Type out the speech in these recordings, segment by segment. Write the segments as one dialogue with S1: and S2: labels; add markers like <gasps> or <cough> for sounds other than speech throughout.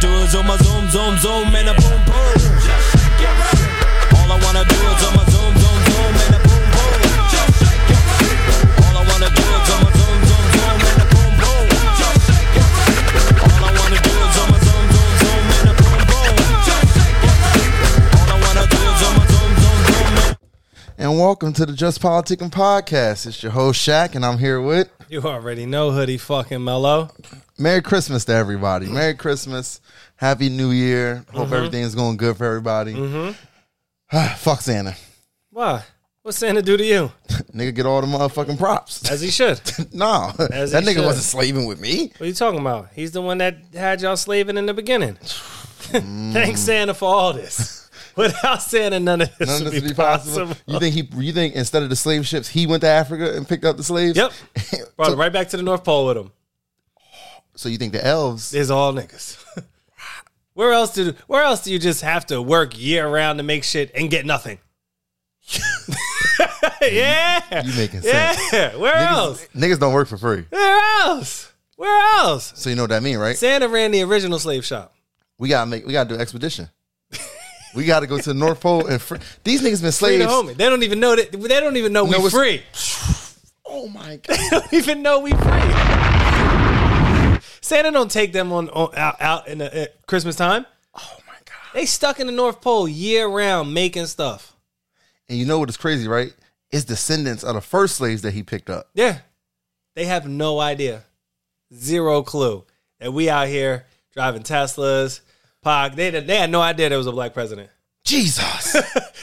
S1: do is on my zoom, zoom, zoom, and a boom, boom. All I wanna do is on my zoom, zoom, zoom, and a boom, boom. All I wanna do is on my zoom, zoom, zoom, and a boom, boom. All I wanna do is on my zoom, zoom, zoom, and a boom, boom. All I wanna do is on my zoom, zoom, zoom, and
S2: And welcome to the Just Politicking Podcast. It's your host Shaq, and I'm here with
S3: You already know hoodie fucking mellow.
S2: Merry Christmas to everybody. Merry Christmas. Happy New Year.
S3: Mm-hmm.
S2: Hope everything's going good for everybody. <sighs> Fuck Santa.
S3: Why? What's Santa do to you?
S2: Nigga get all the motherfucking props. <laughs>
S3: As he should.
S2: no.
S3: As
S2: that
S3: he
S2: nigga
S3: should.
S2: wasn't slaving with me.
S3: What are you talking about? He's the one that had y'all slaving in the beginning.
S2: Mm.
S3: Thanks Santa for all
S2: <laughs>
S3: this. Without Santa, none of this
S2: None
S3: would
S2: of this
S3: be, possible.
S2: You think he you think instead of the slave ships, he went to Africa and picked up the slaves?
S3: Yep. Brought
S2: so,
S3: it right back to the North Pole with him.
S2: <laughs> so you think the elves
S3: It's all niggas. <laughs> where else do where else do you just have to work year round to make shit and get nothing? <laughs> yeah.
S2: you making sense.
S3: Yeah. Where else?
S2: Niggas, niggas don't work for free.
S3: Where else? Where else?
S2: So you know what that mean, right?
S3: Santa ran the original slave shop.
S2: We gotta make. We gotta do expedition. we gotta go to the North Pole and fr- these niggas been
S3: Free the
S2: slaves.
S3: homie. They don't even know that. They don't even know
S2: No,
S3: we
S2: it's-
S3: free.
S2: <sighs> oh my god!
S3: <laughs> They don't even know we free. Santa don't take them on, on out, out in the, at Christmas time.
S2: Oh my god!
S3: They stuck in the North Pole year round making stuff.
S2: And you know what is crazy, right? It's descendants of the first slaves that he picked up.
S3: Yeah, they have no idea, zero clue that we out here driving Teslas. Pog. They they had no idea there was a black president. <laughs>
S2: Jesus!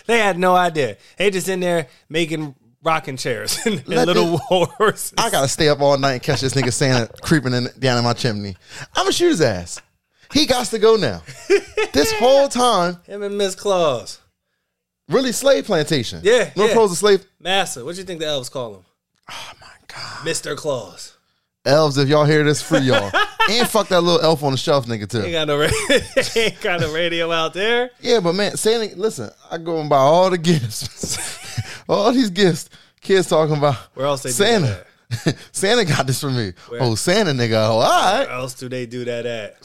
S3: They had no idea. They just in there making rocking chairs <laughs> and, and
S2: Let
S3: little <laughs> wars.
S2: I gotta stay up all night and catch this nigga Santa creeping in, down in my chimney. I'm gonna shoot his ass. He got to go now. this whole time,
S3: Him and Miss Claus.
S2: really slave plantation.
S3: Yeah,
S2: North
S3: yeah.
S2: Pole's a slave.
S3: Massa, what do you think the elves call him?
S2: Oh my god!
S3: Mr. Claus.
S2: Elves, if y'all hear this, free y'all. and fuck that little elf on the shelf, nigga too.
S3: Ain't got no, ra- <laughs> ain't got no radio out there.
S2: Yeah, but man, Santa, listen, I go and buy all the gifts, <laughs> all these gifts. Kids talking about
S3: Where else they do
S2: Santa. <laughs> Santa got this for me. Oh, Santa, nigga. Oh, all right.
S3: Where else do they do that at?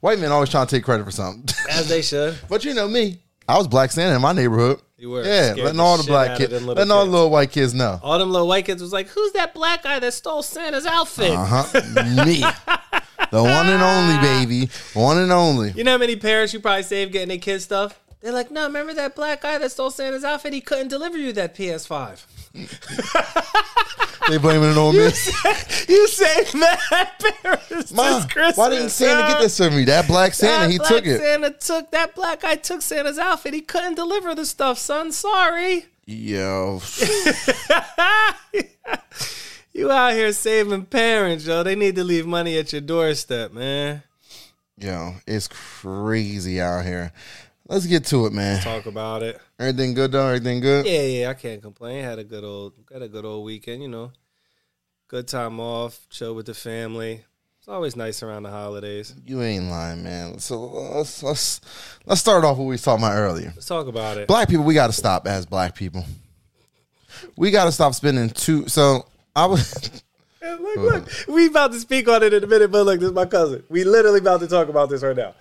S2: White men always trying to take credit for something. <laughs>
S3: As they should.
S2: but you know me, I was black Santa in my neighborhood.
S3: You were.
S2: yeah,
S3: Scared
S2: letting
S3: the
S2: all the
S3: shit
S2: black
S3: out
S2: kids,
S3: of them
S2: letting
S3: little
S2: all the
S3: kids.
S2: little white kids
S3: <laughs>
S2: know.
S3: All them little white kids was like, who's that black guy that stole Santa's outfit?
S2: Uh huh. me, the one and only baby, one and only.
S3: You know how many parents you probably saved getting their kids stuff? They're like, no, remember that black guy that stole Santa's outfit? He couldn't deliver you that PS5.
S2: They blaming it on me.
S3: <laughs> You saved <laughs> mad parents
S2: Ma,
S3: this Christmas.
S2: why didn't Santa get
S3: huh?
S2: this for me? That black Santa,
S3: That
S2: he
S3: black
S2: took it.
S3: Santa took that black guy took Santa's outfit. He couldn't deliver the stuff, son. Sorry.
S2: Yo.
S3: You out here saving parents, yo. They need to leave money at your doorstep, man.
S2: Yo, it's crazy out here. Let's get to it, man.
S3: Talk about it.
S2: Everything good though? Everything good?
S3: Yeah, yeah, I can't complain. Had a good old got a good old weekend, you know. Good time off, chill with the family. It's always nice around the holidays.
S2: You ain't lying, man. So let's let's let's start off what we was talking about earlier.
S3: Let's talk about it.
S2: Black people, we gotta stop as black people. We gotta stop spending two so I was <laughs>
S3: Look, look, we about to speak on it in a minute, but look, this is my cousin. We literally about to talk about this right now.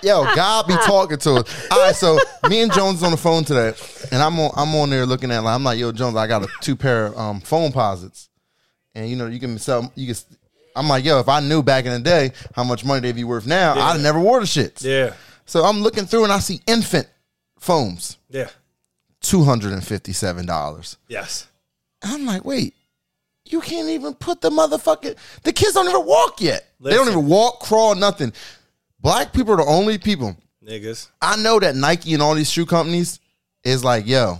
S2: yo, God be talking to us. All right, so me and Jones is on the phone today, and I'm on I'm on there looking at like I'm like, yo, Jones, I got a two pair of um, phone posits, and you know you can sell you can. s- I'm like, yo, if I knew back in the day how much money they'd be worth now, I'd never wore the shits.
S3: Yeah.
S2: So I'm looking through and I see infant foams,
S3: Yeah.
S2: two hundred and fifty seven dollars.
S3: Yes.
S2: I'm like, wait, you can't even put the motherfucking the kids don't even walk yet. They don't
S3: Listen.
S2: even walk, crawl, nothing. Black people are the only people.
S3: Niggas.
S2: I know that Nike and all these shoe companies is like, yo,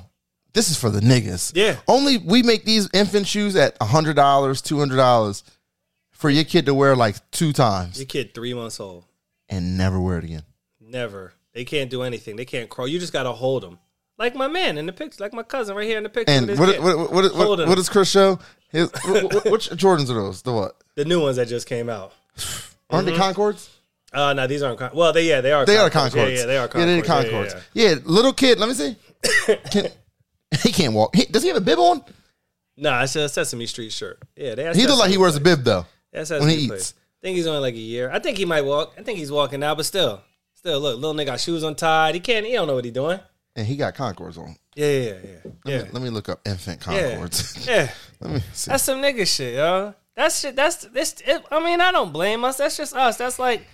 S2: this is for the niggas.
S3: Yeah.
S2: Only we make these infant shoes at hundred dollars, two hundred dollars for your kid to wear like two times
S3: Your kid three months old.
S2: and never wear it again.
S3: Never. They can't do anything. They can't crawl. You just gotta hold them. Like my man in the picture, like my cousin right here in the picture.
S2: And
S3: with his
S2: what
S3: kid.
S2: what what, what,
S3: Hold
S2: what,
S3: on.
S2: what does Chris show? His what, what, which Jordans are those? The what?
S3: the new ones that just came out.
S2: Aren't they Concords?
S3: Uh no, these aren't. Con- well, they yeah, they are.
S2: They are
S3: Mm-hmm. Concords.
S2: Concords.
S3: Yeah, yeah, they are. Concords.
S2: Yeah, they're Concords. Yeah, little kid. Let me see. Can, <laughs> he can't walk. He, does he have a bib on?
S3: Nah, it's a Sesame Street shirt. Yeah, they.
S2: He look like he wears a bib though.
S3: That's
S2: when
S3: Sesame
S2: he
S3: Place.
S2: eats.
S3: think he's only like a year. I think he might walk. I think he's walking now, but still, still look, little nigga got shoes untied. He can't. He don't know what he doing.
S2: And he got Concords on.
S3: Yeah, yeah, yeah, yeah.
S2: Let me- Let me look up infant
S3: Yeah.
S2: Concords. <laughs>
S3: yeah.
S2: Let me see.
S3: That's some nigga shit, yo. That's shit. That's this. It, I mean, I don't blame us. That's just us. That's like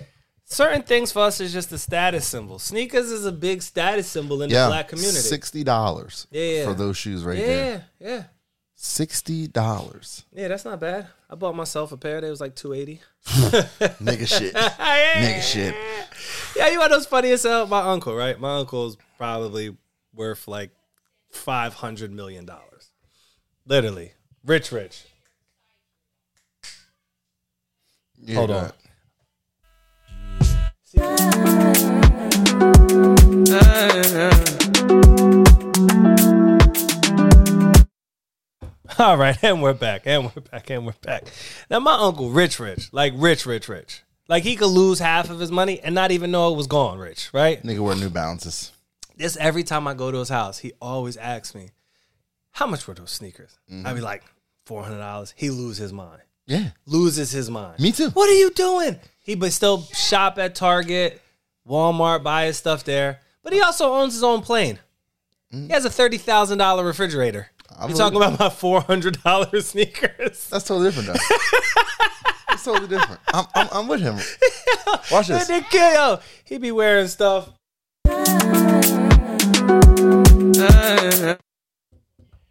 S3: certain things for us is just a status symbol. Sneakers is a big status symbol in the black community.
S2: Sixty dollars
S3: Yeah.
S2: for those shoes right
S3: yeah,
S2: there.
S3: yeah, yeah,
S2: Sixty dollars.
S3: yeah. That's not bad. I bought myself a pair. They was like two eighty.
S2: Nigga shit. Nigga shit.
S3: <laughs> Yeah, you want those funny as hell? My uncle, right? My uncle's probably worth like five hundred million dollars. Literally, rich, rich. <laughs>
S2: Yeah,
S3: Hold on.
S2: that-
S3: All right, and we're back, and we're back, and we're back. Now, my uncle, rich, rich, like rich, rich, rich, like he could lose half of his money and not even know it was gone, rich, right?
S2: Nigga wear New Balances.
S3: This every time I go to his house, he always asks me, "How much were those sneakers?" I'd be like, 400 dollars." He lose his mind,
S2: Yeah.
S3: loses his mind.
S2: Me too.
S3: What are you doing? He but still shop at Target, Walmart, buy his stuff there. But he also owns his own plane. He has a thirty thousand dollar refrigerator. you
S2: believe
S3: talking about my four hundred dollar <laughs> sneakers.
S2: That's totally different
S3: <laughs>
S2: though. That's totally different. I'm, I'm, I'm with him. Watch this.
S3: That nigga, yo, he be wearing stuff.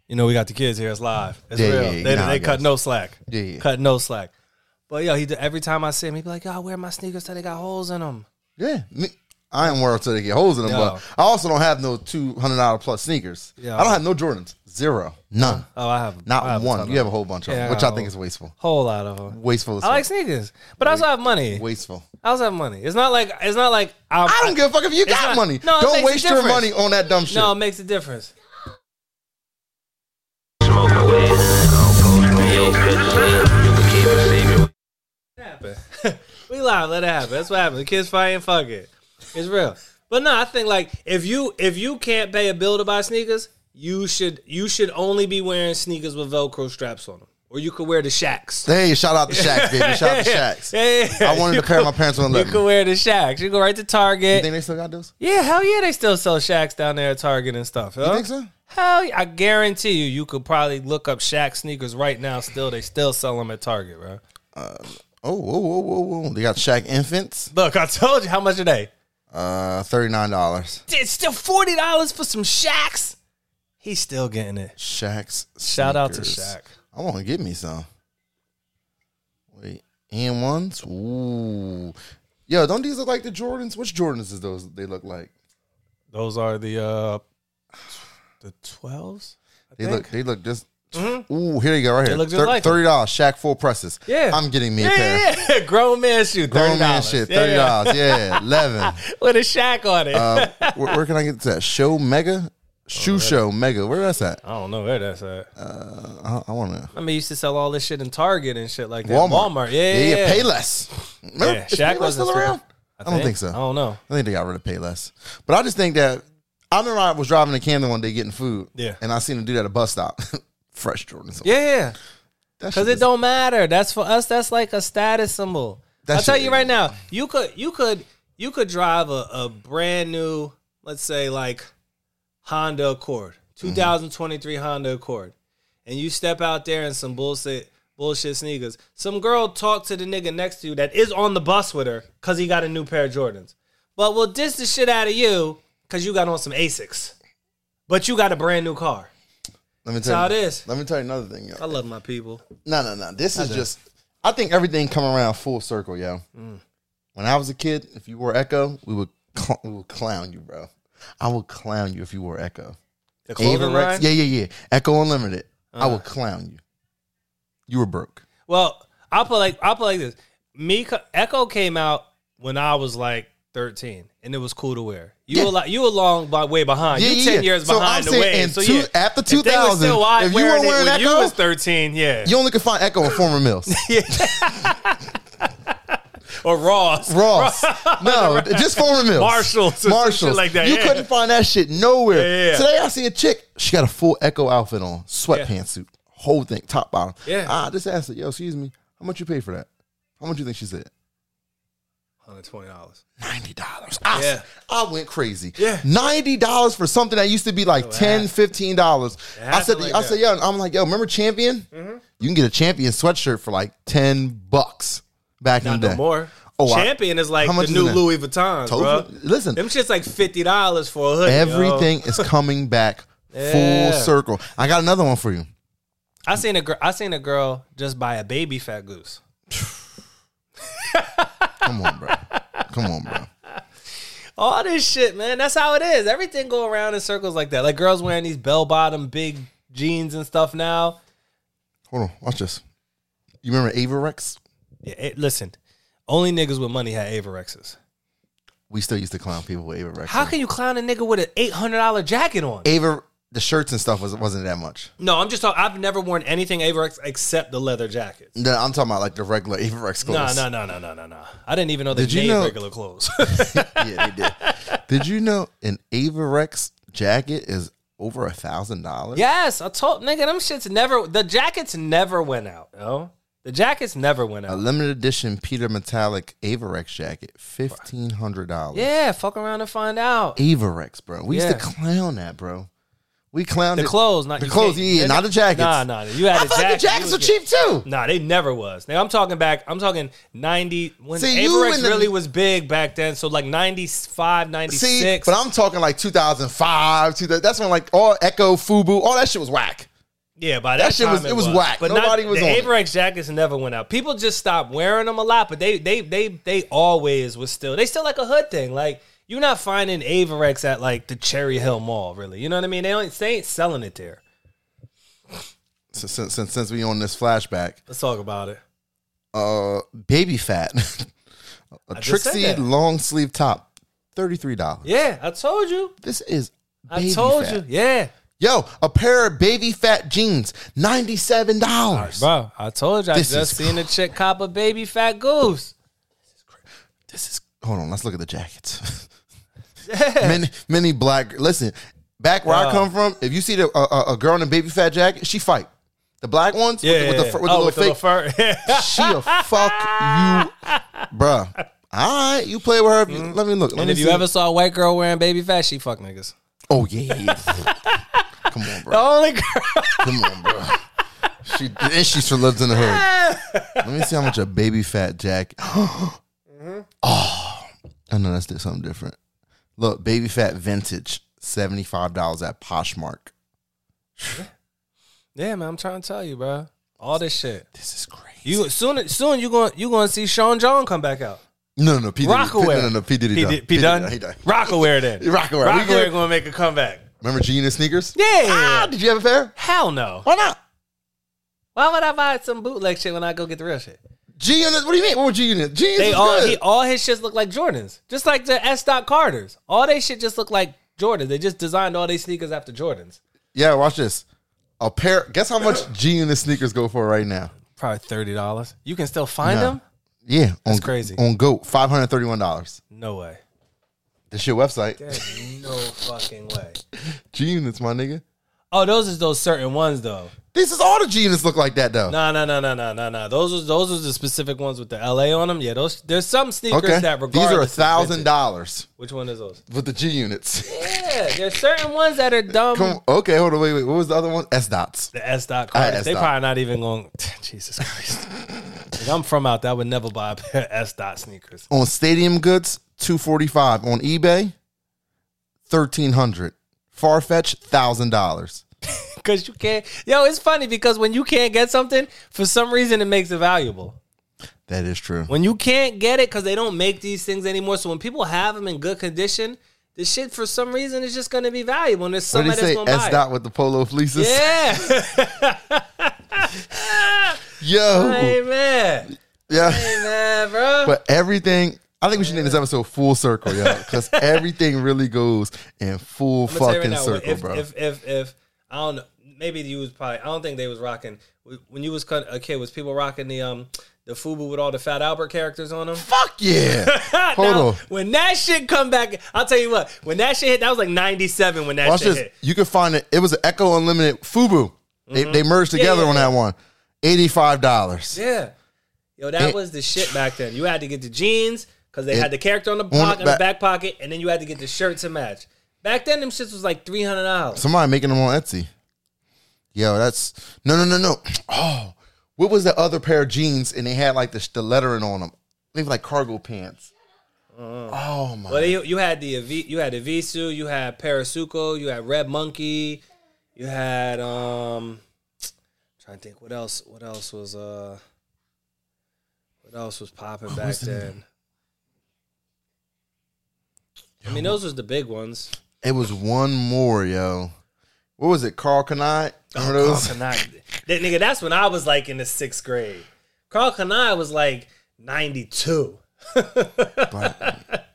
S3: You know, we got the kids here. It's live. It's
S2: Yeah,
S3: real.
S2: yeah, yeah.
S3: they
S2: Nah, I
S3: they
S2: got
S3: cut
S2: you.
S3: no slack.
S2: Yeah, yeah.
S3: Cut no slack. But yo, he do- every time I see him, he be like, "Yo, I wear my sneakers till they got holes in them."
S2: Yeah. Me, I ain't wearing till they get holes in them,
S3: No.
S2: but I also don't have no two hundred dollar plus sneakers.
S3: Yeah.
S2: I don't have no Jordans. Zero. None.
S3: Oh, I have
S2: Not
S3: I have a
S2: one.
S3: ton
S2: You
S3: of
S2: have a whole bunch of
S3: Yeah,
S2: them, which I
S3: I
S2: think
S3: have-
S2: is wasteful.
S3: whole lot of them.
S2: Wasteful. As
S3: I like
S2: fuck.
S3: sneakers, but I also have money.
S2: wasteful.
S3: I also have money. It's not like it's not like I'm,
S2: I don't give a fuck if you got
S3: not-
S2: money.
S3: no, it
S2: don't
S3: makes a
S2: waste your
S3: difference.
S2: money on that dumb shit.
S3: No, it makes a difference. <laughs> Happen. we live. Let it happen. That's what happens. The kids fight and fuck it. It's real. But no, I think like if you if you can't pay a bill to buy sneakers, you should you should only be wearing sneakers with Velcro straps on them, or you could wear the Shacks.
S2: Hey, shout out to Shacks, baby. Shout out to Shacks.
S3: <laughs> Yeah, yeah, yeah.
S2: I wanted
S3: You
S2: to pair
S3: could-
S2: my parents on
S3: You
S2: let me.
S3: could wear the Shacks. You go right to Target.
S2: You think they still got those?
S3: Yeah, hell yeah, they still sell Shacks down there at Target and stuff.
S2: You
S3: huh?
S2: think so?
S3: Hell, yeah, I guarantee you, you could probably look up Shaq sneakers right now. Still, they still sell them at Target, bro.
S2: Oh, whoa, whoa, whoa, whoa. They got Shack infants.
S3: Look, I told you how much are they?
S2: Uh, thirty nine dollars.
S3: It's still forty dollars for some Shacks. He's still getting it.
S2: Shacks.
S3: Shout out to
S2: sneakers.
S3: Shaq.
S2: I want to get me some. Wait, and ones. Ooh, yo, don't these look like the Jordans? Which Jordans is those? They look like
S3: Those are the uh the
S2: <laughs>
S3: twelves.
S2: they
S3: think. Mm-hmm.
S2: look. They look just. Ooh, here you go, right here.
S3: look just like 'em.
S2: Thirty dollars. Shaq full presses.
S3: Yeah.
S2: I'm getting me a
S3: Yeah,
S2: pair.
S3: yeah, yeah. grown man shoe, thirty
S2: Grown man
S3: dollars.
S2: shit. Thirty dollars.
S3: <laughs>
S2: Yeah, eleven.
S3: with a Shaq on it.
S2: Uh, where, where can I get that? Show Mega, Shoe Show Mega. Where that's at?
S3: I don't know where that's at.
S2: I, I want to.
S3: I mean, used to sell all this shit in Target and shit like that.
S2: Walmart.
S3: Walmart, yeah, yeah. yeah.
S2: Pay less. Remember,
S3: Yeah,
S2: is
S3: Shaq
S2: Payless
S3: wasn't
S2: still
S3: still-
S2: around? I, don't think so.
S3: I don't know.
S2: I think they got rid of pay less. But I just think that I remember I was driving to Camden one day getting food.
S3: Yeah.
S2: And I seen a dude at a bus stop. <laughs> Fresh Jordans.
S3: Yeah, yeah.
S2: That
S3: Cause
S2: shit
S3: it
S2: is-
S3: don't matter. That's for us. That's like a status symbol.
S2: That
S3: I'll tell
S2: shit
S3: you
S2: is-
S3: right now. You could, you could, you could drive a, a brand new, let's say like Honda Accord,
S2: Mm-hmm.
S3: 2023 Honda Accord, and you step out there in some bullshit, bullshit sneakers. Some girl talk to the nigga next to you that is on the bus with her because he got a new pair of Jordans. But we'll diss the shit out of you because you got on some Asics, but you got a brand new car.
S2: Let me
S3: how
S2: tell you.
S3: it is.
S2: Let me tell you another thing, yo.
S3: I love my people.
S2: No, no, no. This is just. I think everything come around full circle, yo. When I was a kid, if you wore Echo, we would cl- we would clown you, bro. I would clown you if you wore Echo.
S3: The
S2: Ava
S3: clothing
S2: Rex,
S3: line?
S2: yeah, yeah, yeah. Echo Unlimited. I would clown you. Uh. You were broke.
S3: Well, I'll Oh, put like I'll put like this. Me co- Echo came out when I was like thirteen, and it was cool to wear. You
S2: Yeah.
S3: were like you were long by way behind. you ten years behind the wave.
S2: and
S3: So
S2: two-
S3: yeah,
S2: after
S3: if they were
S2: 2000,
S3: still out
S2: if you
S3: wearing
S2: weren't
S3: it
S2: wearing
S3: when you
S2: Echo,
S3: was thirteen, yeah,
S2: <laughs> you only could find Echo on former <laughs> Mills.
S3: or Ross. <laughs>
S2: Ross. No, just former Mills.
S3: Marshalls or some shit like that,
S2: You
S3: yeah.
S2: couldn't find that shit nowhere.
S3: Yeah, yeah.
S2: Today I see a chick. She got a full Echo outfit on, sweatpants suit, whole thing, top bottom. Ah,
S3: Yeah.
S2: I just asked her, yo, excuse me, how much you pay for that? How much do you think she said?
S3: Hundred twenty dollars.
S2: Ninety dollars. I,
S3: Yeah.
S2: I went crazy.
S3: Yeah.
S2: ninety dollars for something that used to be like ten, fifteen dollars. I
S3: has to
S2: said,
S3: like
S2: I
S3: that. Mm-hmm.
S2: said, yo, I'm like, yo, remember Champion? You can get a Champion sweatshirt for like ten bucks back in
S3: Not
S2: the
S3: no
S2: day.
S3: more.
S2: Oh, I-
S3: Champion is like
S2: How much
S3: the
S2: is
S3: new
S2: that?
S3: Louis Vuitton, bro.
S2: Totally. Listen,
S3: Them shit's like fifty dollars for a hoodie. yo.
S2: everything is coming back
S3: Yeah.
S2: full circle. I got another one for you.
S3: I seen a girl. I seen a girl just buy a baby fat goose.
S2: Come on, bro. Come on, bro.
S3: All this shit, man. That's how it is. Everything go around in circles like that. Like girls wearing these bell bottom big jeans and stuff now.
S2: Hold on, watch this. You remember Avarex?
S3: Yeah, it- listen, only niggas with money had Avarexes.
S2: We still used to clown people with Avarex.
S3: How can you clown a nigga with an eight hundred dollar jacket on?
S2: Ava the shirts and stuff was wasn't that much.
S3: No, I'm just talking. I've never worn anything Avarex except the leather jackets.
S2: No, I'm talking about like the regular Avarex
S3: No,
S2: clothes.
S3: no, no, no, no, no, no. I didn't even know they
S2: Did you
S3: made
S2: know-
S3: regular clothes. <laughs>
S2: <laughs> yeah, they did. Did you know an Avarex jacket is over a thousand dollars?
S3: yes, I told nigga them shits never. The jackets never went out. Oh, the jackets never went
S2: A
S3: out.
S2: limited edition Peter Metallic Avarex jacket, fifteen hundred dollars.
S3: Yeah, fuck around and find out.
S2: Avarex, bro. We used
S3: Yeah.
S2: to clown that, bro. We clowned
S3: The
S2: it.
S3: clothes, not
S2: the
S3: you
S2: clothes,
S3: can't-
S2: yeah, yeah, not the jackets.
S3: Nah, nah, nah. You had
S2: I
S3: a
S2: thought
S3: jacket.
S2: the jackets
S3: you
S2: were
S3: was
S2: cheap too.
S3: good. Nah, they never was. Now I'm talking back. I'm talking 90 when
S2: See, you
S3: Avarex
S2: in the-
S3: really was big back then. So like 95, 96.
S2: See, but I'm talking like 2005, 2000, that's when like all Echo, Fubu, all that shit was whack.
S3: Yeah, by that,
S2: shit
S3: time
S2: was- it was whack.
S3: But not-
S2: Nobody was
S3: the
S2: on it.
S3: Abrax jackets never went out. People just stopped wearing them a lot, but they they they they always was still they still like a hood thing. Like you're not finding Avarex at like the Cherry Hill Mall, really. You know what I mean? They don't they ain't selling it there.
S2: So, since, since since we on this flashback,
S3: Let's talk about it.
S2: uh, baby fat, <laughs> a
S3: just said
S2: Trixie
S3: that.
S2: long sleeve top, thirty three dollars.
S3: Yeah, I told you.
S2: This is
S3: I
S2: baby
S3: told
S2: fat.
S3: you. Yeah.
S2: Yo, a pair of baby fat jeans, ninety seven dollars.
S3: Bro, I told you I
S2: This
S3: just
S2: is
S3: seen a chick cop a baby fat goose.
S2: This is hold on. Let's look at the jackets. <laughs>
S3: Yeah. Uh.
S2: many many black. Listen, back where I
S3: Wow.
S2: come from, if you see the, a, a- a girl in a baby fat jacket, she fight. The black ones, with the-
S3: Yeah.
S2: with, the, fur- with
S3: oh,
S2: the little fake,
S3: fur. <laughs> Yeah.
S2: she'll fuck you, bruh. All right, you play with her. if you- Let me look. Let
S3: Mm-hmm. and
S2: me
S3: if you
S2: see.
S3: ever saw a white girl wearing baby fat, she fuck niggas.
S2: oh yeah, yeah. come on, bro.
S3: The only girl.
S2: Come on, bro. She and she still lives in the hood.
S3: <laughs>
S2: Let me see how much a baby fat jack. <gasps> Oh, I know that's something different. Look, baby fat vintage, seventy five dollars at Poshmark.
S3: Yeah, man, I'm trying to tell you, bro. All this shit.
S2: This is crazy.
S3: You soon, soon you going you going to see Sean John come back out.
S2: no, no, P Diddy,
S3: Rockaway,
S2: No, no, no, P Diddy, done.
S3: P, P done.
S2: He done.
S3: Rockaware then.
S2: <laughs> Rockaway. We
S3: Rockaware
S2: good?
S3: going to make a comeback.
S2: Remember G Unit sneakers?
S3: Yeah.
S2: Ah, did you have a pair?
S3: Hell no.
S2: Why not?
S3: Why would I buy some bootleg shit when I go get the real shit?
S2: G Unit. What do you mean? What were G Unit? G
S3: They
S2: Unit.
S3: all
S2: good.
S3: he, all his shits look like Jordans, just like the S. Dot Carters. All they shit just look like Jordans. They just designed all they sneakers after Jordans.
S2: yeah, watch this. A pair. Guess how much G Unit sneakers go for right now?
S3: Probably thirty dollars. You can still find
S2: Nah.
S3: them.
S2: Yeah, that's on,
S3: crazy.
S2: On Goat, five hundred thirty-one dollars.
S3: No way.
S2: This your website.
S3: There's no fucking way.
S2: G units, my nigga.
S3: Oh, those is those certain ones though.
S2: This is all the G units look like that though.
S3: No, no, no, no, no, no, no. Those was those was the specific ones with the LA on them. Yeah, those there's some sneakers
S2: okay,
S3: that
S2: these
S3: regardless.
S2: are a
S3: is
S2: thousand
S3: vintage.
S2: dollars
S3: Which one is those?
S2: with the G units.
S3: Yeah, there's certain ones that are dumb.
S2: Come on. <laughs> Okay, hold on, wait, wait. What was the other one? S dots.
S3: The S dot
S2: I had
S3: cards.
S2: S
S3: They
S2: dot.
S3: probably not even going. <laughs> Jesus Christ! If I'm from out there. I would never buy a pair of S dot
S2: <laughs>
S3: sneakers.
S2: On Stadium Goods, two forty-five. On eBay, thirteen hundred. Farfetch, thousand dollars.
S3: Cause you can't. Yo, it's funny because when you can't get something, for some reason it makes it valuable.
S2: That is true.
S3: When you can't get it, cause they don't make these things anymore. So when people have them in good condition, the shit for some reason is just gonna be valuable. And there's
S2: What did he
S3: somebody that's
S2: say?
S3: gonna buy
S2: S
S3: it.
S2: dot with the polo fleeces. <laughs>
S3: Yeah.
S2: Yo,
S3: hey man.
S2: <laughs> yeah.
S3: Hey man, bro.
S2: But everything, I think we should name this episode "Full Circle," yo,
S3: <laughs>
S2: because everything really goes in full
S3: I'ma tell you
S2: fucking circle,
S3: if,
S2: bro.
S3: If, if if I don't know, maybe you was probably I don't think they was rocking when you was cut- a kid. Was people rocking the um the FUBU with all the Fat Albert characters on them?
S2: Fuck yeah! Hold
S3: <laughs> Now,
S2: on.
S3: When that shit come back, I'll tell you what. When that shit hit, that was like '97. When that
S2: Watch
S3: shit
S2: this.
S3: hit,
S2: You can find it. It was an Echo Unlimited Fubu. They, they merged together
S3: yeah,
S2: on that one. Eighty five dollars.
S3: yeah. Yo, that
S2: It-
S3: was the shit back then. You had to get the jeans because they
S2: It-
S3: had the character on the,
S2: the
S3: pocket, in the
S2: back-
S3: back pocket, and then you had to get the shirt to match. Back then, them shits was like three hundred dollars.
S2: Somebody making them on Etsy. Yo, that's no, no, no, no. Oh, what was the other pair of jeans and they had like the, the lettering on them? They were like cargo pants.
S3: Uh-huh.
S2: Oh my!
S3: But you, you had the Avi- you had Avisu, you had Parasuco, you had Red Monkey, you had um trying to think what else what else was uh what else was popping back
S2: was the-
S3: then. I mean those was the big ones.
S2: It was one more, yo. What was it? Carl Canai? Remember <laughs> those?
S3: Oh, Carl Kanai. That nigga, that's when I was like in the sixth grade. Carl Kanai was like ninety two.
S2: Black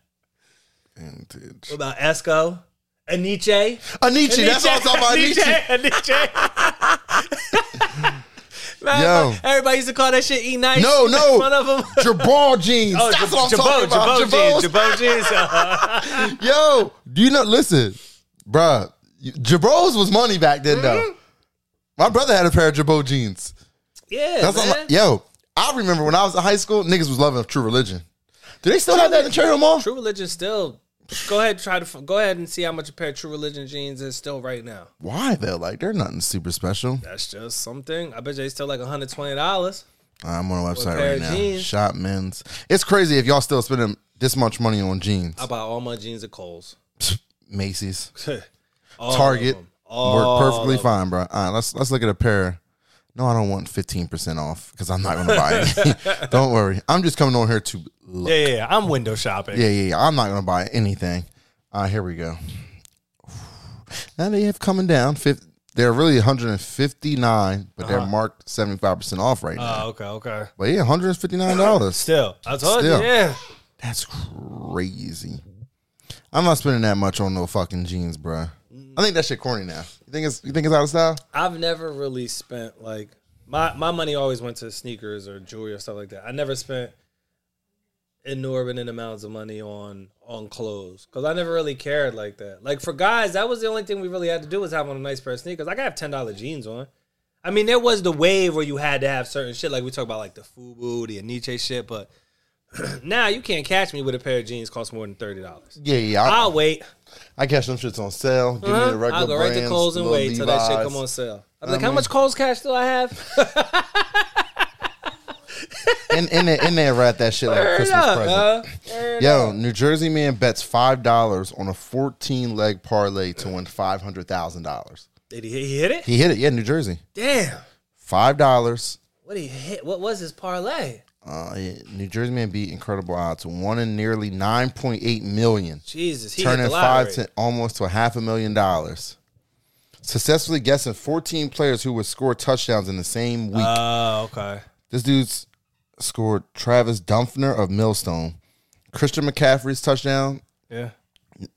S2: Vintage.
S3: About Esco, Aniche.
S2: Anichi, that's all I'm talking about. Anichi.
S3: <laughs> Man,
S2: Yo.
S3: everybody used to call that shit E nice.
S2: No, no.
S3: <laughs> one of
S2: <laughs>
S3: them.
S2: Jabal jeans.
S3: Oh,
S2: that's what I'm talking about. Jabal's-
S3: Jabot jeans.
S2: Yo, do you know? Listen, bruh, Jabros was money back then,
S3: Mm-hmm.
S2: though. My brother had a pair of Jabot jeans.
S3: <laughs> yeah,
S2: That's
S3: man.
S2: all my- yo. I remember when I was in high school, niggas was loving True Religion. Do they still have that in Cherry Hill Mall?
S3: True Religion still. Go ahead, try to f- go ahead and see how much a pair of True Religion jeans is still right now.
S2: Why though? Like they're nothing super special.
S3: That's just something. I bet you they still like one hundred twenty dollars.
S2: I'm on a website
S3: pair
S2: right
S3: of
S2: now.
S3: jeans.
S2: Shop men's. It's crazy if y'all still spending this much money on jeans.
S3: I buy all my jeans at Kohl's, <laughs>
S2: Macy's,
S3: All of
S2: Target,
S3: them. All
S2: work perfectly
S3: of them.
S2: fine, bro. All right, let's let's look at a pair. No, I don't want 15% off because I'm not going to buy
S3: <laughs>
S2: any. don't worry. I'm just coming on here to look.
S3: Yeah, yeah, yeah, I'm window shopping.
S2: Yeah, yeah, yeah. I'm not gonna buy anything. Uh here we go. <sighs> Now they have coming down. Fif- they're really 159, but they're
S3: Uh-huh.
S2: marked 75 percent off right now.
S3: Oh, okay, okay.
S2: But yeah, 159
S3: <coughs>
S2: dollars.
S3: Still, I told
S2: Still.
S3: you. Yeah.
S2: That's crazy. I'm not spending that much on no fucking jeans, bruh. I think that shit corny now. You think it's you think it's out of style?
S3: I've never really spent like my my money always went to sneakers or jewelry or stuff like that. I never spent inordinate amounts of money on on clothes because I never really cared like that. Like for guys, that was the only thing we really had to do was have on a nice pair of sneakers. I could have ten dollar jeans on. I mean, there was the wave where you had to have certain shit, like we talk about like the FUBU, the Aniche shit, but <clears throat> now you can't catch me with a pair of jeans cost more than thirty dollars.
S2: Yeah, yeah. I,
S3: I'll wait.
S2: I catch them shits on sale. Give me the regular
S3: Uh-huh. I'll go right to
S2: brands,
S3: Kohl's and
S2: little
S3: wait till that shit
S2: Levi's.
S3: come on sale. I'm like, how much Kohl's cash do I have?
S2: And and they, and they wrap that shit like a Christmas
S3: Yeah,
S2: present.
S3: uh,
S2: Yo, New Jersey man bets five dollars on a fourteen leg parlay to win five hundred thousand dollars.
S3: Did he, he hit it?
S2: He hit it, yeah, New Jersey.
S3: Damn.
S2: Five dollars.
S3: What he hit? What was his parlay?
S2: Uh, yeah, New Jersey man beat incredible odds, one in nearly nine point eight million,
S3: Jesus, he hit
S2: turning
S3: the lottery.
S2: five to almost to a half a million dollars. Successfully guessing fourteen players who would score touchdowns in the same week.
S3: Oh, okay.
S2: This dude's scored Travis Dumpfner of Millstone, Christian McCaffrey's touchdown.
S3: Yeah,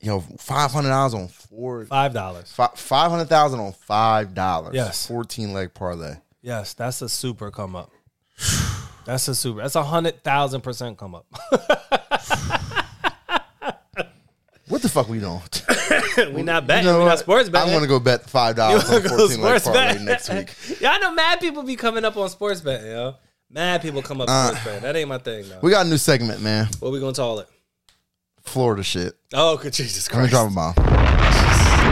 S2: Yo, five hundred dollars on four
S3: five dollars.
S2: Five hundred thousand on five dollars.
S3: Yes.
S2: fourteen leg parlay.
S3: Yes, that's a super come up. <sighs> That's a super. That's a hundred thousand percent come up. <laughs>
S2: What the fuck we doing? <laughs>
S3: <laughs> we not betting.
S2: You know
S3: we
S2: what?
S3: not sports betting.
S2: I'm gonna go bet five dollars on
S3: Go
S2: fourteen leg
S3: sports
S2: parlay
S3: bet.
S2: next week.
S3: Y'all know mad people be coming up on sports betting, yo. Mad people come up
S2: Uh.
S3: on sports betting. That ain't my thing, though.
S2: We got a new segment, man.
S3: what we gonna call it?
S2: Florida shit.
S3: Oh, good Jesus
S2: Let me
S3: Christ!
S2: drop a bomb.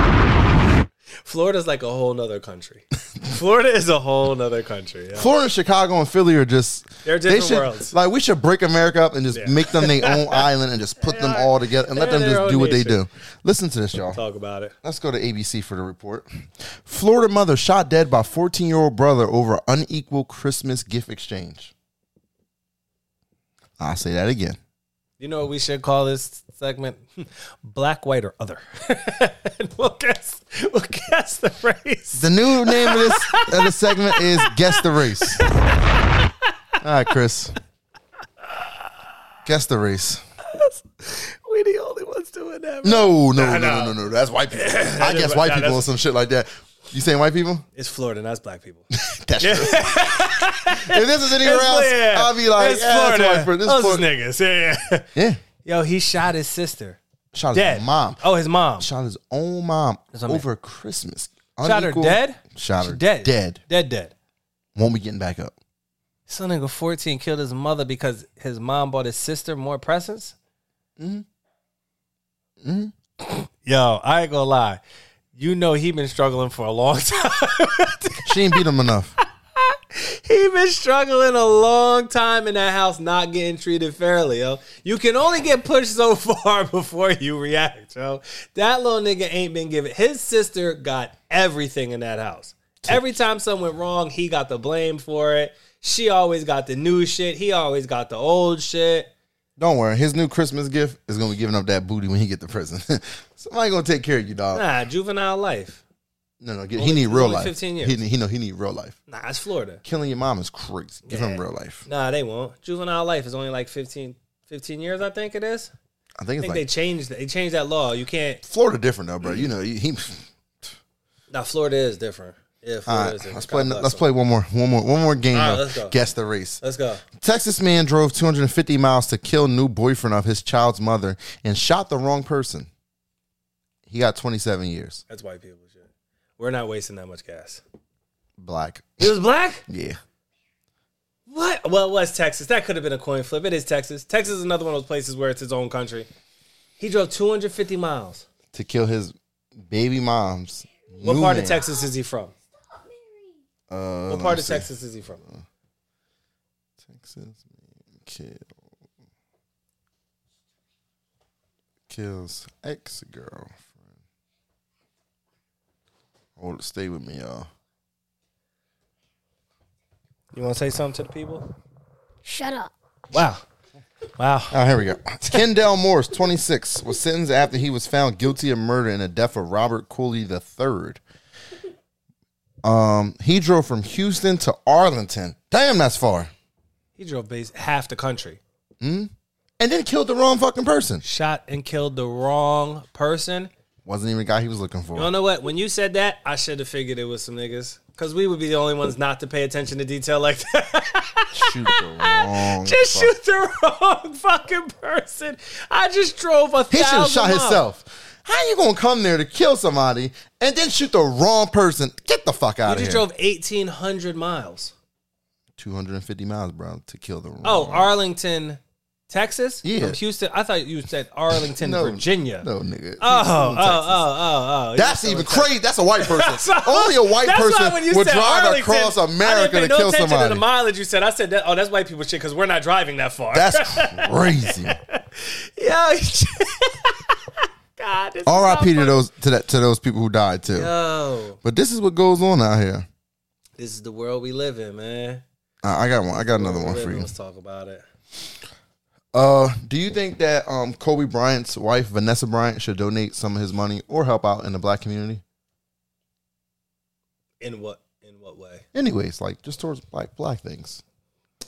S3: Florida's like a whole nother country. <laughs> Florida is a whole nother country. yo.
S2: Florida, Chicago, and Philly are just
S3: They're
S2: they
S3: different
S2: should,
S3: worlds.
S2: Like we should break America up and just
S3: Yeah.
S2: make them their
S3: <laughs>
S2: own island and just put them
S3: are.
S2: all together and let
S3: They're
S2: them
S3: their
S2: just
S3: own
S2: do what they
S3: nation.
S2: do. Listen to this, y'all.
S3: Talk about it.
S2: Let's go to ABC for the report. Florida mother shot dead by 14 year old brother over unequal Christmas gift exchange. I say that again.
S3: You know what we should call this segment? <laughs> Black, white, or other. <laughs> and we'll guess. We'll guess the race.
S2: The new name of this of the segment is Guess the Race. All right, Chris. Guess the race.
S3: <laughs> We the only ones doing that. man.
S2: No, no, no, no, no, no. That's white
S3: <laughs>
S2: people. I
S3: is
S2: guess
S3: what-
S2: white
S3: nah,
S2: people
S3: that's-
S2: or some shit like that. You saying white people?
S3: It's Florida, not it's black
S2: <laughs>
S3: people.
S2: That's true. if this is anywhere else, I'll be like,
S3: it's
S2: yeah, Florida. That's white
S3: Florida.
S2: people. This
S3: Those
S2: Florida.
S3: niggas. Yeah, yeah. <laughs>
S2: Yeah.
S3: Yo, he shot his sister.
S2: Shot
S3: Dead.
S2: his mom.
S3: Oh, his mom.
S2: shot his own mom
S3: what I meant.
S2: over Christmas.
S3: Shot her
S2: Unequal-
S3: dead?
S2: Shot her
S3: Dead.
S2: dead.
S3: Dead, dead.
S2: Won't be getting back up.
S3: Some nigga 14 killed his mother because his mom bought his sister more presents. Mm-hmm. Yo, I ain't gonna lie. You know he been struggling for a long <laughs> time.
S2: She ain't beat him enough. <laughs>
S3: he been struggling a long time in that house, not getting treated fairly. Yo, you can only get pushed so <laughs> far before you react. Yo, that little nigga ain't been given. His sister got everything in that house. Every time something went wrong, he got the blame for it. She always got the new shit. He always got the old shit.
S2: Don't worry, his new Christmas gift is gonna be giving up that booty when he get to prison. <laughs> Somebody gonna take care of you, dog.
S3: Nah, juvenile life.
S2: No, no, get,
S3: Only-
S2: he need
S3: it's
S2: real
S3: only
S2: life.
S3: 15 years.
S2: He, need- he know he need real life.
S3: Nah, it's Florida.
S2: Killing your mom is crazy. Give him real life.
S3: Nah, they won't. Juvenile life is only like 15, 15 years, I think it is.
S2: I think
S3: I
S2: it's
S3: think
S2: like
S3: they changed they changed that law. You can't
S2: Florida different though, bro. You know he. he
S3: Now Florida is different. Yeah,
S2: all
S3: Florida
S2: right,
S3: is different.
S2: let's play.
S3: God bless
S2: Let's
S3: them.
S2: play one more, one more, one more game.
S3: All right,
S2: though.
S3: let's go.
S2: Guess the race.
S3: Let's go.
S2: Texas man drove 250 miles to kill new boyfriend of his child's mother and shot the wrong person. He got 27 years.
S3: That's white people shit. We're not wasting that much gas.
S2: Black.
S3: It was black.
S2: Yeah.
S3: What? Well, it was Texas. That could have been a coin flip. It is Texas. Texas is another one of those places where it's its own country. He drove 250 miles.
S2: To kill his baby mom's.
S3: What
S2: new
S3: part
S2: man.
S3: of Texas is he from?
S2: Uh,
S3: What
S2: let
S3: part
S2: me
S3: of
S2: see.
S3: Texas is he from?
S2: Texas man kill kills ex girlfriend. Hold, stay with me, y'all.
S3: You want to say something to the people?
S4: Shut up.
S3: Wow. Wow.
S2: Oh, here we go. Kendall Morse, 26, was sentenced after he was found guilty of murder in the death of Robert Cooley III. Um, he drove from Houston to Arlington. Damn, that's far.
S3: He drove base half the country.
S2: And then killed the wrong fucking person.
S3: Shot and killed the wrong person.
S2: Wasn't even the guy he was looking
S3: You don't
S2: for.
S3: know what? When you said that, I should have figured it was some niggas. Because we would be the only ones not to pay attention to detail like that. <laughs>
S2: Shoot the wrong.
S3: just
S2: fuck-
S3: shoot the wrong fucking person. I just drove a
S2: He should have
S3: thousand
S2: shot
S3: miles.
S2: himself. How you gonna come there to kill somebody and then shoot the wrong person? Get the fuck
S3: You
S2: out of
S3: just
S2: here.
S3: drove 1,800 miles.
S2: 250 miles, bro, to kill the wrong.
S3: Oh, Arlington, Texas?
S2: Yeah.
S3: From Houston? I thought you said Arlington,
S2: No,
S3: Virginia.
S2: no nigga.
S3: Oh, oh, oh, oh, oh.
S2: That's even crazy. That's a
S3: <laughs>
S2: white person. Only a white
S3: That's why
S2: person
S3: when you
S2: would
S3: said
S2: drive
S3: Arlington,
S2: across
S3: I didn't
S2: America
S3: pay
S2: to
S3: no
S2: kill
S3: attention
S2: somebody.
S3: To the mileage you said, I said that. Oh, that's white people shit because we're not driving that
S2: <laughs>
S3: far. <laughs>
S2: That's crazy.
S3: yeah. <laughs> God. This
S2: R.I.P.
S3: <laughs>
S2: to those to that to those people who died too.
S3: Yo,
S2: But this is what goes on out here.
S3: this is the world we live in, man.
S2: I I got one. I got another
S3: We
S2: one
S3: live
S2: for
S3: in,
S2: you.
S3: Let's talk about it.
S2: Uh, do you think that um, Kobe Bryant's wife Vanessa Bryant should donate some of his money or help out in the black community?
S3: In what in what way?
S2: Anyways, like just towards black black things.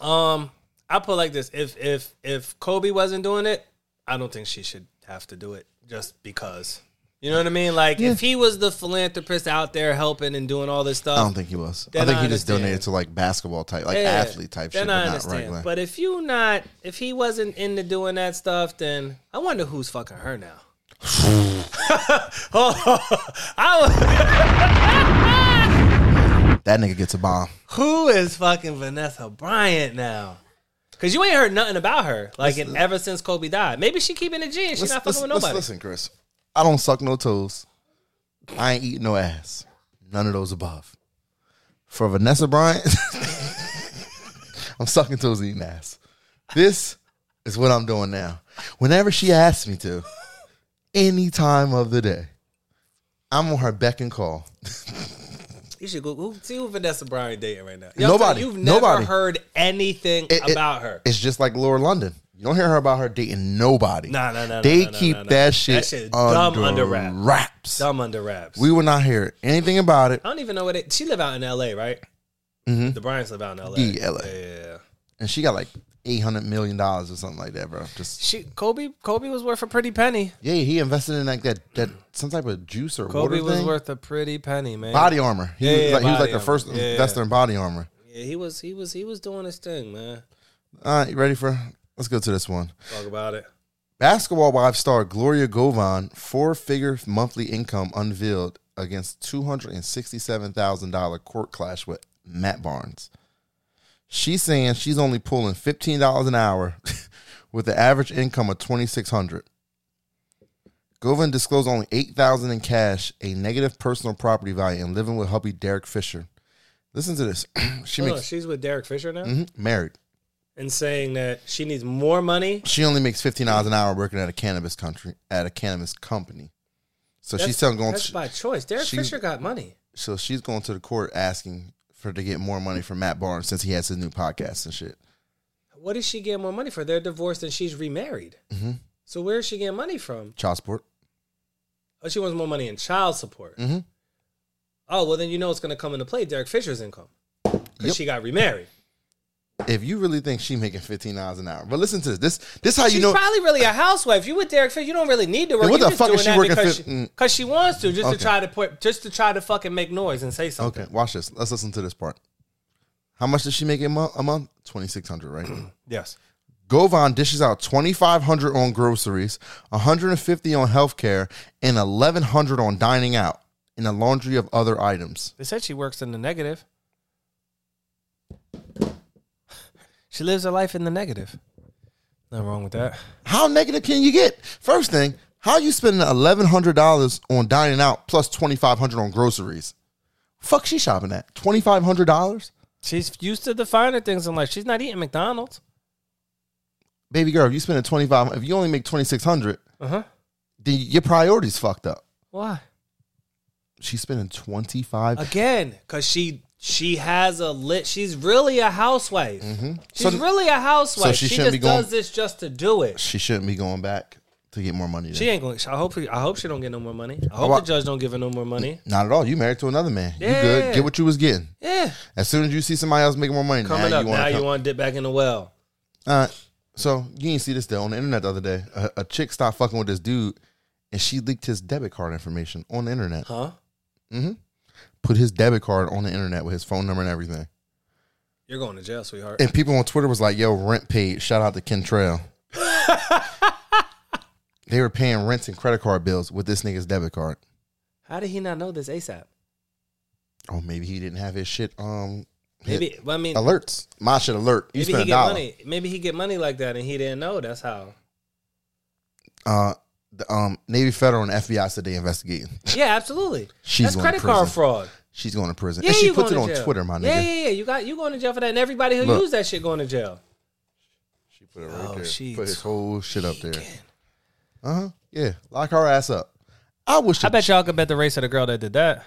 S3: Um, I put like this: if if if Kobe wasn't doing it, I don't think she should have to do it just because. You know what I mean? Like if he was the philanthropist out there helping and doing all this stuff,
S2: I don't think he was. I
S3: Then
S2: think
S3: I
S2: he just
S3: understand.
S2: donated to like basketball type, like
S3: Yeah,
S2: athlete type
S3: then
S2: shit,
S3: I
S2: but not
S3: understand.
S2: regular.
S3: But if you not, if he wasn't into doing that stuff, then I wonder who's fucking her now. oh, I
S2: that nigga gets a bomb.
S3: was, who is fucking Vanessa Bryant now? Cause you ain't heard nothing about her, like in, ever since Kobe died. Maybe she keeping a G and she
S2: Let's-
S3: not
S2: let's-
S3: fucking with
S2: let's
S3: nobody.
S2: Listen, Chris. I don't suck no toes. I ain't eat no ass. None of those above. For Vanessa Bryant, <laughs> I'm sucking toes and eating ass. This is what I'm doing now. Whenever she asks me to, any time of the day, I'm on her beck and call.
S3: You should go who, see who Vanessa Bryant dating right now.
S2: Nobody.
S3: You've never
S2: Nobody.
S3: heard anything
S2: It- it-
S3: about her.
S2: It's just like Laura London. You don't hear her about her dating nobody.
S3: Nah, nah, nah,
S2: They
S3: nah, nah,
S2: keep
S3: nah, nah.
S2: that shit,
S3: That shit dumb
S2: under,
S3: under wrap.
S2: wraps.
S3: Dumb under wraps.
S2: We will not hear anything about it.
S3: I don't even know what it. She live out in L.A. right? The Bryants live out in L.A.
S2: Mm-hmm. Yeah, LA.
S3: Yeah.
S2: and she got like eight hundred million dollars or something like that, bro. Just
S3: She Kobe Kobe was worth a pretty penny.
S2: yeah, he invested in like that that some type of juice or
S3: Kobe
S2: water
S3: was
S2: thing.
S3: worth a pretty penny, man.
S2: body armor. He
S3: Yeah,
S2: was
S3: yeah,
S2: like, he was
S3: body
S2: like the
S3: armor.
S2: first
S3: Yeah, yeah.
S2: investor in body armor.
S3: Yeah, he was he was he was doing his thing, man.
S2: All right, you ready for? Let's go to this one.
S3: Talk about it.
S2: Basketball wives star Gloria Govan four figure monthly income unveiled against two hundred and sixty seven thousand dollar court clash with Matt Barnes. She's saying she's only pulling fifteen dollars an hour <laughs> with an average income of twenty six hundred. Govan disclosed only eight thousand in cash, a negative personal property value, and living with hubby Derek Fisher. Listen to this. <clears throat> she
S3: Oh,
S2: makes
S3: she's with Derek Fisher now
S2: mhm, married.
S3: and saying that she needs more money.
S2: She only makes fifteen dollars an hour working at a cannabis country at a cannabis company. So she's still going.
S3: That's by choice. Derek
S2: she-
S3: Fisher got money.
S2: so she's going to the court asking for to get more money from Matt Barnes since he has his new podcast and shit.
S3: What is she getting more money for? They're divorced and she's remarried.
S2: Mhm.
S3: So where is she getting money from?
S2: Child support.
S3: Oh, she wants more money in child support.
S2: Mhm.
S3: Oh well, then you know it's going to come into play. Derek Fisher's income because
S2: Yep.
S3: she got remarried.
S2: If you really think she's making fifteen dollars an hour, but listen to this. This this how
S3: She's
S2: you know.
S3: probably really a housewife. You with Derek Fisher, you don't really need to work.
S2: Then what
S3: You're
S2: the
S3: just
S2: fuck
S3: doing
S2: is she
S3: that
S2: working
S3: because
S2: for-
S3: she,
S2: mm.
S3: 'cause she wants to, just
S2: Okay.
S3: to try to put, just to try to fucking make noise and say something.
S2: okay, watch this. Let's listen to this part. How much does she make a month? A month twenty six hundred, right? <clears throat>
S3: Yes.
S2: Govan dishes out twenty five hundred on groceries, one hundred and fifty on healthcare, and eleven hundred on dining out, and a laundry of other items.
S3: They said she works in the negative. <laughs> She lives her life in the negative. Nothing wrong with that.
S2: How negative can you get? First thing, how you spending eleven hundred dollars on dining out plus twenty five hundred on groceries? Fuck, she shopping at twenty five hundred dollars,
S3: She's used to the finer things in life. She's not eating McDonald's.
S2: baby girl. If you spending twenty five, if you only make twenty six hundred,
S3: Uh huh.
S2: then your priorities fucked up.
S3: Why?
S2: She's spending twenty
S3: Uh,
S2: five.
S3: Again, because she she has a lit. She's really a housewife. She's
S2: So-
S3: really a housewife.
S2: so
S3: Mm-hmm. she
S2: she
S3: just
S2: shouldn't be going-
S3: does this just to do it.
S2: She shouldn't be going back to get more money. then.
S3: She ain't going. I hope. I hope she don't get no more money. I
S2: Oh,
S3: hope
S2: I-
S3: the judge don't give her no more money.
S2: Not at all. You married to another man. You
S3: Yeah.
S2: good? Get what you was getting.
S3: Yeah.
S2: As soon as you see somebody else making more money,
S3: Coming
S2: now
S3: up
S2: you
S3: now,
S2: want to
S3: you want to dip back in the well.
S2: Uh, so you didn't see this though on the internet the other day. A, a chick stopped fucking with this dude, and she leaked his debit card information on the internet.
S3: Huh?
S2: Put his debit card on the internet with his phone number and everything.
S3: You're going to jail, sweetheart.
S2: And people on Twitter was like, "Yo, rent paid." Shout out to
S3: <laughs>
S2: Kentrell. they were paying rents and credit card bills with this nigga's debit card.
S3: How did he not know this ASAP?
S2: Oh, maybe he didn't have his shit. Um, hit
S3: Maybe well, I mean,
S2: alerts. My shit alert. You
S3: maybe
S2: spent
S3: he
S2: a
S3: get
S2: dollar.
S3: money. Maybe he get money like that, and he didn't know. That's how.
S2: Uh, the um Navy Federal and FBI said they investigating.
S3: Yeah, absolutely.
S2: <laughs> She's
S3: That's
S2: going
S3: credit
S2: to
S3: card
S2: prison.
S3: fraud.
S2: She's going to prison.
S3: Yeah,
S2: and she
S3: you
S2: puts it
S3: going
S2: on
S3: to jail.
S2: Twitter, my nigga.
S3: Yeah, yeah, yeah. You got you going to jail for that, and everybody who
S2: Look.
S3: used that shit going to jail.
S2: She put it right
S3: Oh,
S2: there.
S3: she
S2: put his whole shit up there. Uh huh. Yeah. Lock her ass up. I wish.
S3: I
S2: I
S3: bet y'all could bet the race of the girl that
S2: <laughs>
S3: did that.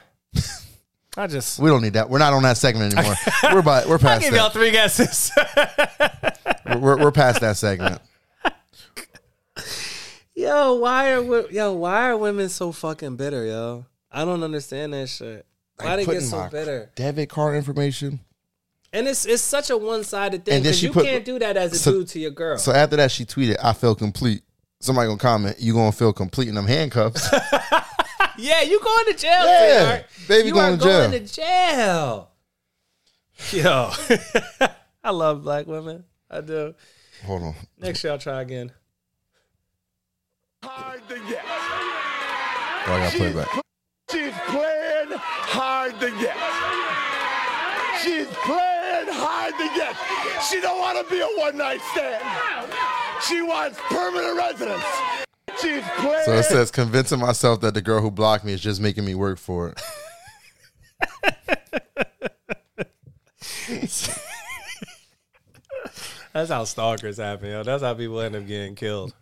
S3: I just
S2: we don't need that. We're not on that segment anymore. we're by, We're
S3: <laughs> I
S2: past
S3: give y'all
S2: that.
S3: three guesses. <laughs>
S2: We're, we're, we're past that segment.
S3: yo, why are wo- yo why are women so fucking bitter, yo? I don't understand that shit. Why
S2: Like,
S3: they get
S2: putting
S3: so
S2: my
S3: bitter?
S2: Debit card information.
S3: And it's it's such a one sided thing
S2: And then
S3: because
S2: she
S3: you
S2: put-
S3: can't do that as a
S2: so-
S3: dude to your girl.
S2: So after that, she tweeted, "I feel complete." Somebody gonna comment, "You gonna feel complete in them
S3: <laughs>
S2: handcuffs?"
S3: Yeah, you going to jail,
S2: Yeah,
S3: sweetheart.
S2: baby
S3: you
S2: going
S3: are
S2: to jail.
S3: going to jail. Yo, <laughs> I love black women. I do.
S2: Hold on. Oh,
S3: Next year I'll try again.
S4: hard to get.
S2: Oh, I gotta play it back.
S4: She's playing hard to get. She's playing hard to get. She don't want to be a one-night stand. She wants permanent residence. She's playing.
S2: So it says, "Convincing myself that the girl who blocked me is just making me work for it."
S3: That's how stalkers happen, yo. That's how people end up getting killed.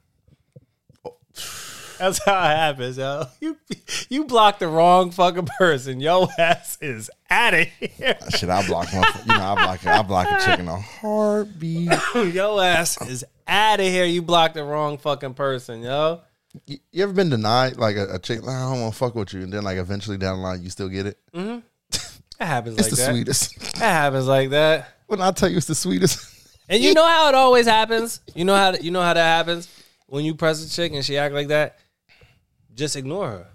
S3: That's how it happens, yo. You you block the wrong fucking person. Yo ass is out of here. <laughs>
S2: Shit, I block my. You know, I block. I block a chick in a heartbeat.
S3: Yo ass is out of here. You block the wrong fucking person, yo.
S2: You, you ever been denied like a, a chick? "Nah, I don't want to fuck with you, and then like eventually down the line, you still get it.
S3: That happens
S2: It's
S3: like
S2: the
S3: that.
S2: sweetest.
S3: That happens like that.
S2: <laughs> when I tell you it's the sweetest, <laughs>
S3: And you know how it always happens. You know how you know how that happens when you press a chick and she act like that. Just ignore her.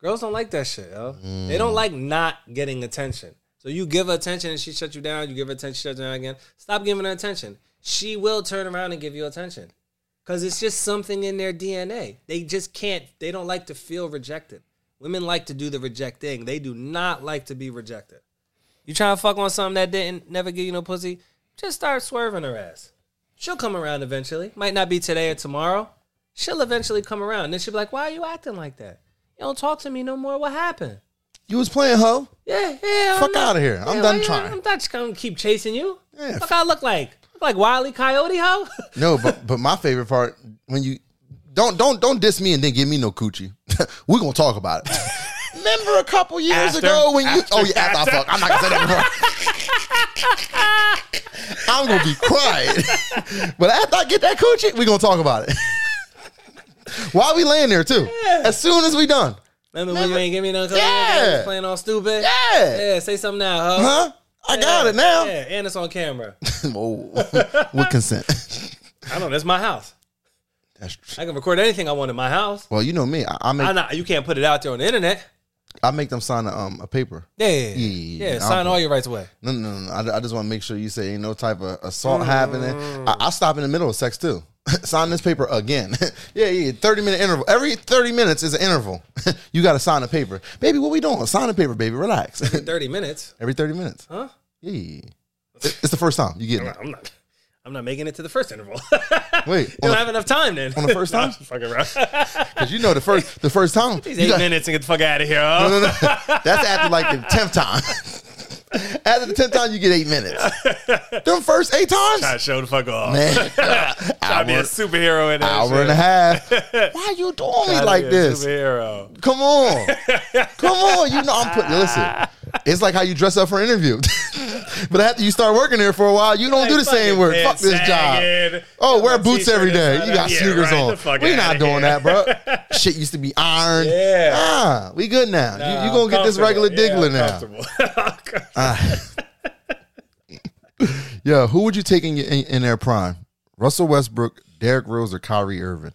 S3: Girls don't like that shit, yo. They don't like not getting attention. So you give her attention and she shuts you down. You give her attention, she shuts you down again. Stop giving her attention. She will turn around and give you attention because it's just something in their DNA. They just can't. They don't like to feel rejected. Women like to do the rejecting. They do not like to be rejected. You trying to fuck on something that didn't never give you no pussy? Just start swerving her ass. She'll come around eventually. Might not be today or tomorrow. She'll eventually come around. And then she'll be like, Why are you acting like that? You don't talk to me no more. What happened?
S2: You was playing hoe.
S3: Yeah, yeah. I'm
S2: Fuck
S3: not-
S2: outta here. I'm
S3: Yeah,
S2: done
S3: why-
S2: trying.
S3: I'm not gonna keep chasing you.
S2: Yeah.
S3: Fuck I look like. Look like Wiley Coyote, ho? <laughs>
S2: No, but but my favorite part when you don't don't don't diss me and then give me no coochie. <laughs> We're gonna talk about it. <laughs> Remember a couple years
S3: After-
S2: ago when you oh yeah after, I fuck I'm not gonna say that before. <laughs> I'm gonna be quiet, but after I get that coochie, we're gonna talk about it. <laughs> While we laying there too, as soon as we done,
S3: Remember when you ain't give me no coochie?
S2: Yeah.
S3: Yeah. Playing all stupid?
S2: Yeah.
S3: Yeah, say something now, ho.
S2: huh? I got it now.
S3: Yeah, and it's on camera.
S2: Oh, <laughs> with consent.
S3: I know that's my house.
S2: That's true.
S3: I can record anything I want in my house.
S2: Well, you know me. I, I make
S3: I not, you can't put it out there on the internet.
S2: I make them sign a, um a paper.
S3: Yeah, yeah,
S2: Yeah,
S3: yeah.
S2: I'm-
S3: sign all your rights away.
S2: No, no, no. no. I, I just want to make sure you say ain't no type of
S3: Mm.
S2: assault happening. I, I stop in the middle of sex too. <laughs> sign this paper again. <laughs> yeah, yeah. Thirty minute interval. Every thirty minutes is an interval. <laughs> you got to sign a paper, baby. What we doing? Sign a paper, baby. Relax. <laughs>
S3: Thirty minutes,
S2: Every thirty minutes.
S3: huh?
S2: Yeah, yeah, yeah. It- It's the first time you get
S3: <laughs>
S2: it.
S3: I'm not. I'm not making it to the first interval. <laughs>
S2: Wait,
S3: you
S2: on
S3: don't
S2: the,
S3: have enough time then. <laughs>
S2: on the first
S3: No,
S2: time?
S3: I'm just fucking around.
S2: 'cause you know the first the first time.
S3: <laughs> These
S2: you
S3: eight
S2: got-
S3: minutes and get the fuck out of here. Oh,
S2: No,
S3: Huh?
S2: no, no. That's after like the tenth time. after the tenth time, you get eight minutes. Them first eight times,
S3: I show the fuck off.
S2: man.
S3: I'll be
S2: <laughs>
S3: a
S2: hour-
S3: superhero in that
S2: hour
S3: shit.
S2: and a half. Why you doing me
S3: I'll
S2: like
S3: be a
S2: this?
S3: superhero.
S2: Come on. Come on. You know I'm putting
S3: <laughs>
S2: listen. It's like how you dress up for an interview. <laughs> but after you start working there for a while, you don't do the same work. Fuck this job. Oh, wear boots every day. You got sneakers on. We not doing that, bro.
S3: <laughs>
S2: Shit used to be ironed.
S3: Yeah.
S2: Ah, we good now. you, you gonna get this regular diggler now.
S3: now.
S2: Yeah, who would you take in, your, in in their prime? Russell Westbrook, Derrick Rose, or Kyrie Irving?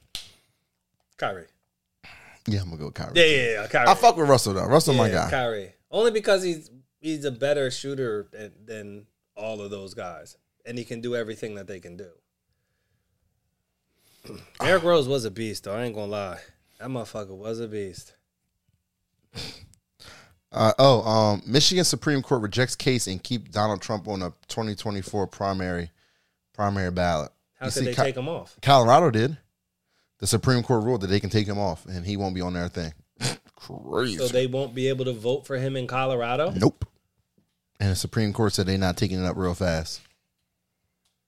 S3: <laughs> Kyrie.
S2: Yeah, I'm gonna go with Kyrie.
S3: Yeah, yeah, yeah. Kyrie.
S2: I fuck with Russell though. Russell, my
S3: Yeah,
S2: guy.
S3: Kyrie. Only because he's he's a better shooter than, than all of those guys, and he can do everything that they
S2: <sighs>
S3: can do. Derrick Rose was a beast, though. I ain't gonna lie, that motherfucker was a beast.
S2: Uh, oh, um, Michigan Supreme Court rejects case and keep Donald Trump on a 2024 primary primary ballot.
S3: How
S2: You
S3: could
S2: see,
S3: they
S2: Co-
S3: take him off?
S2: Colorado did. The Supreme Court ruled that they can take him off and he won't be on their thing. Crazy.
S3: So they won't be able to vote for him in Colorado.
S2: nope. And the Supreme Court said they're not taking it up real fast.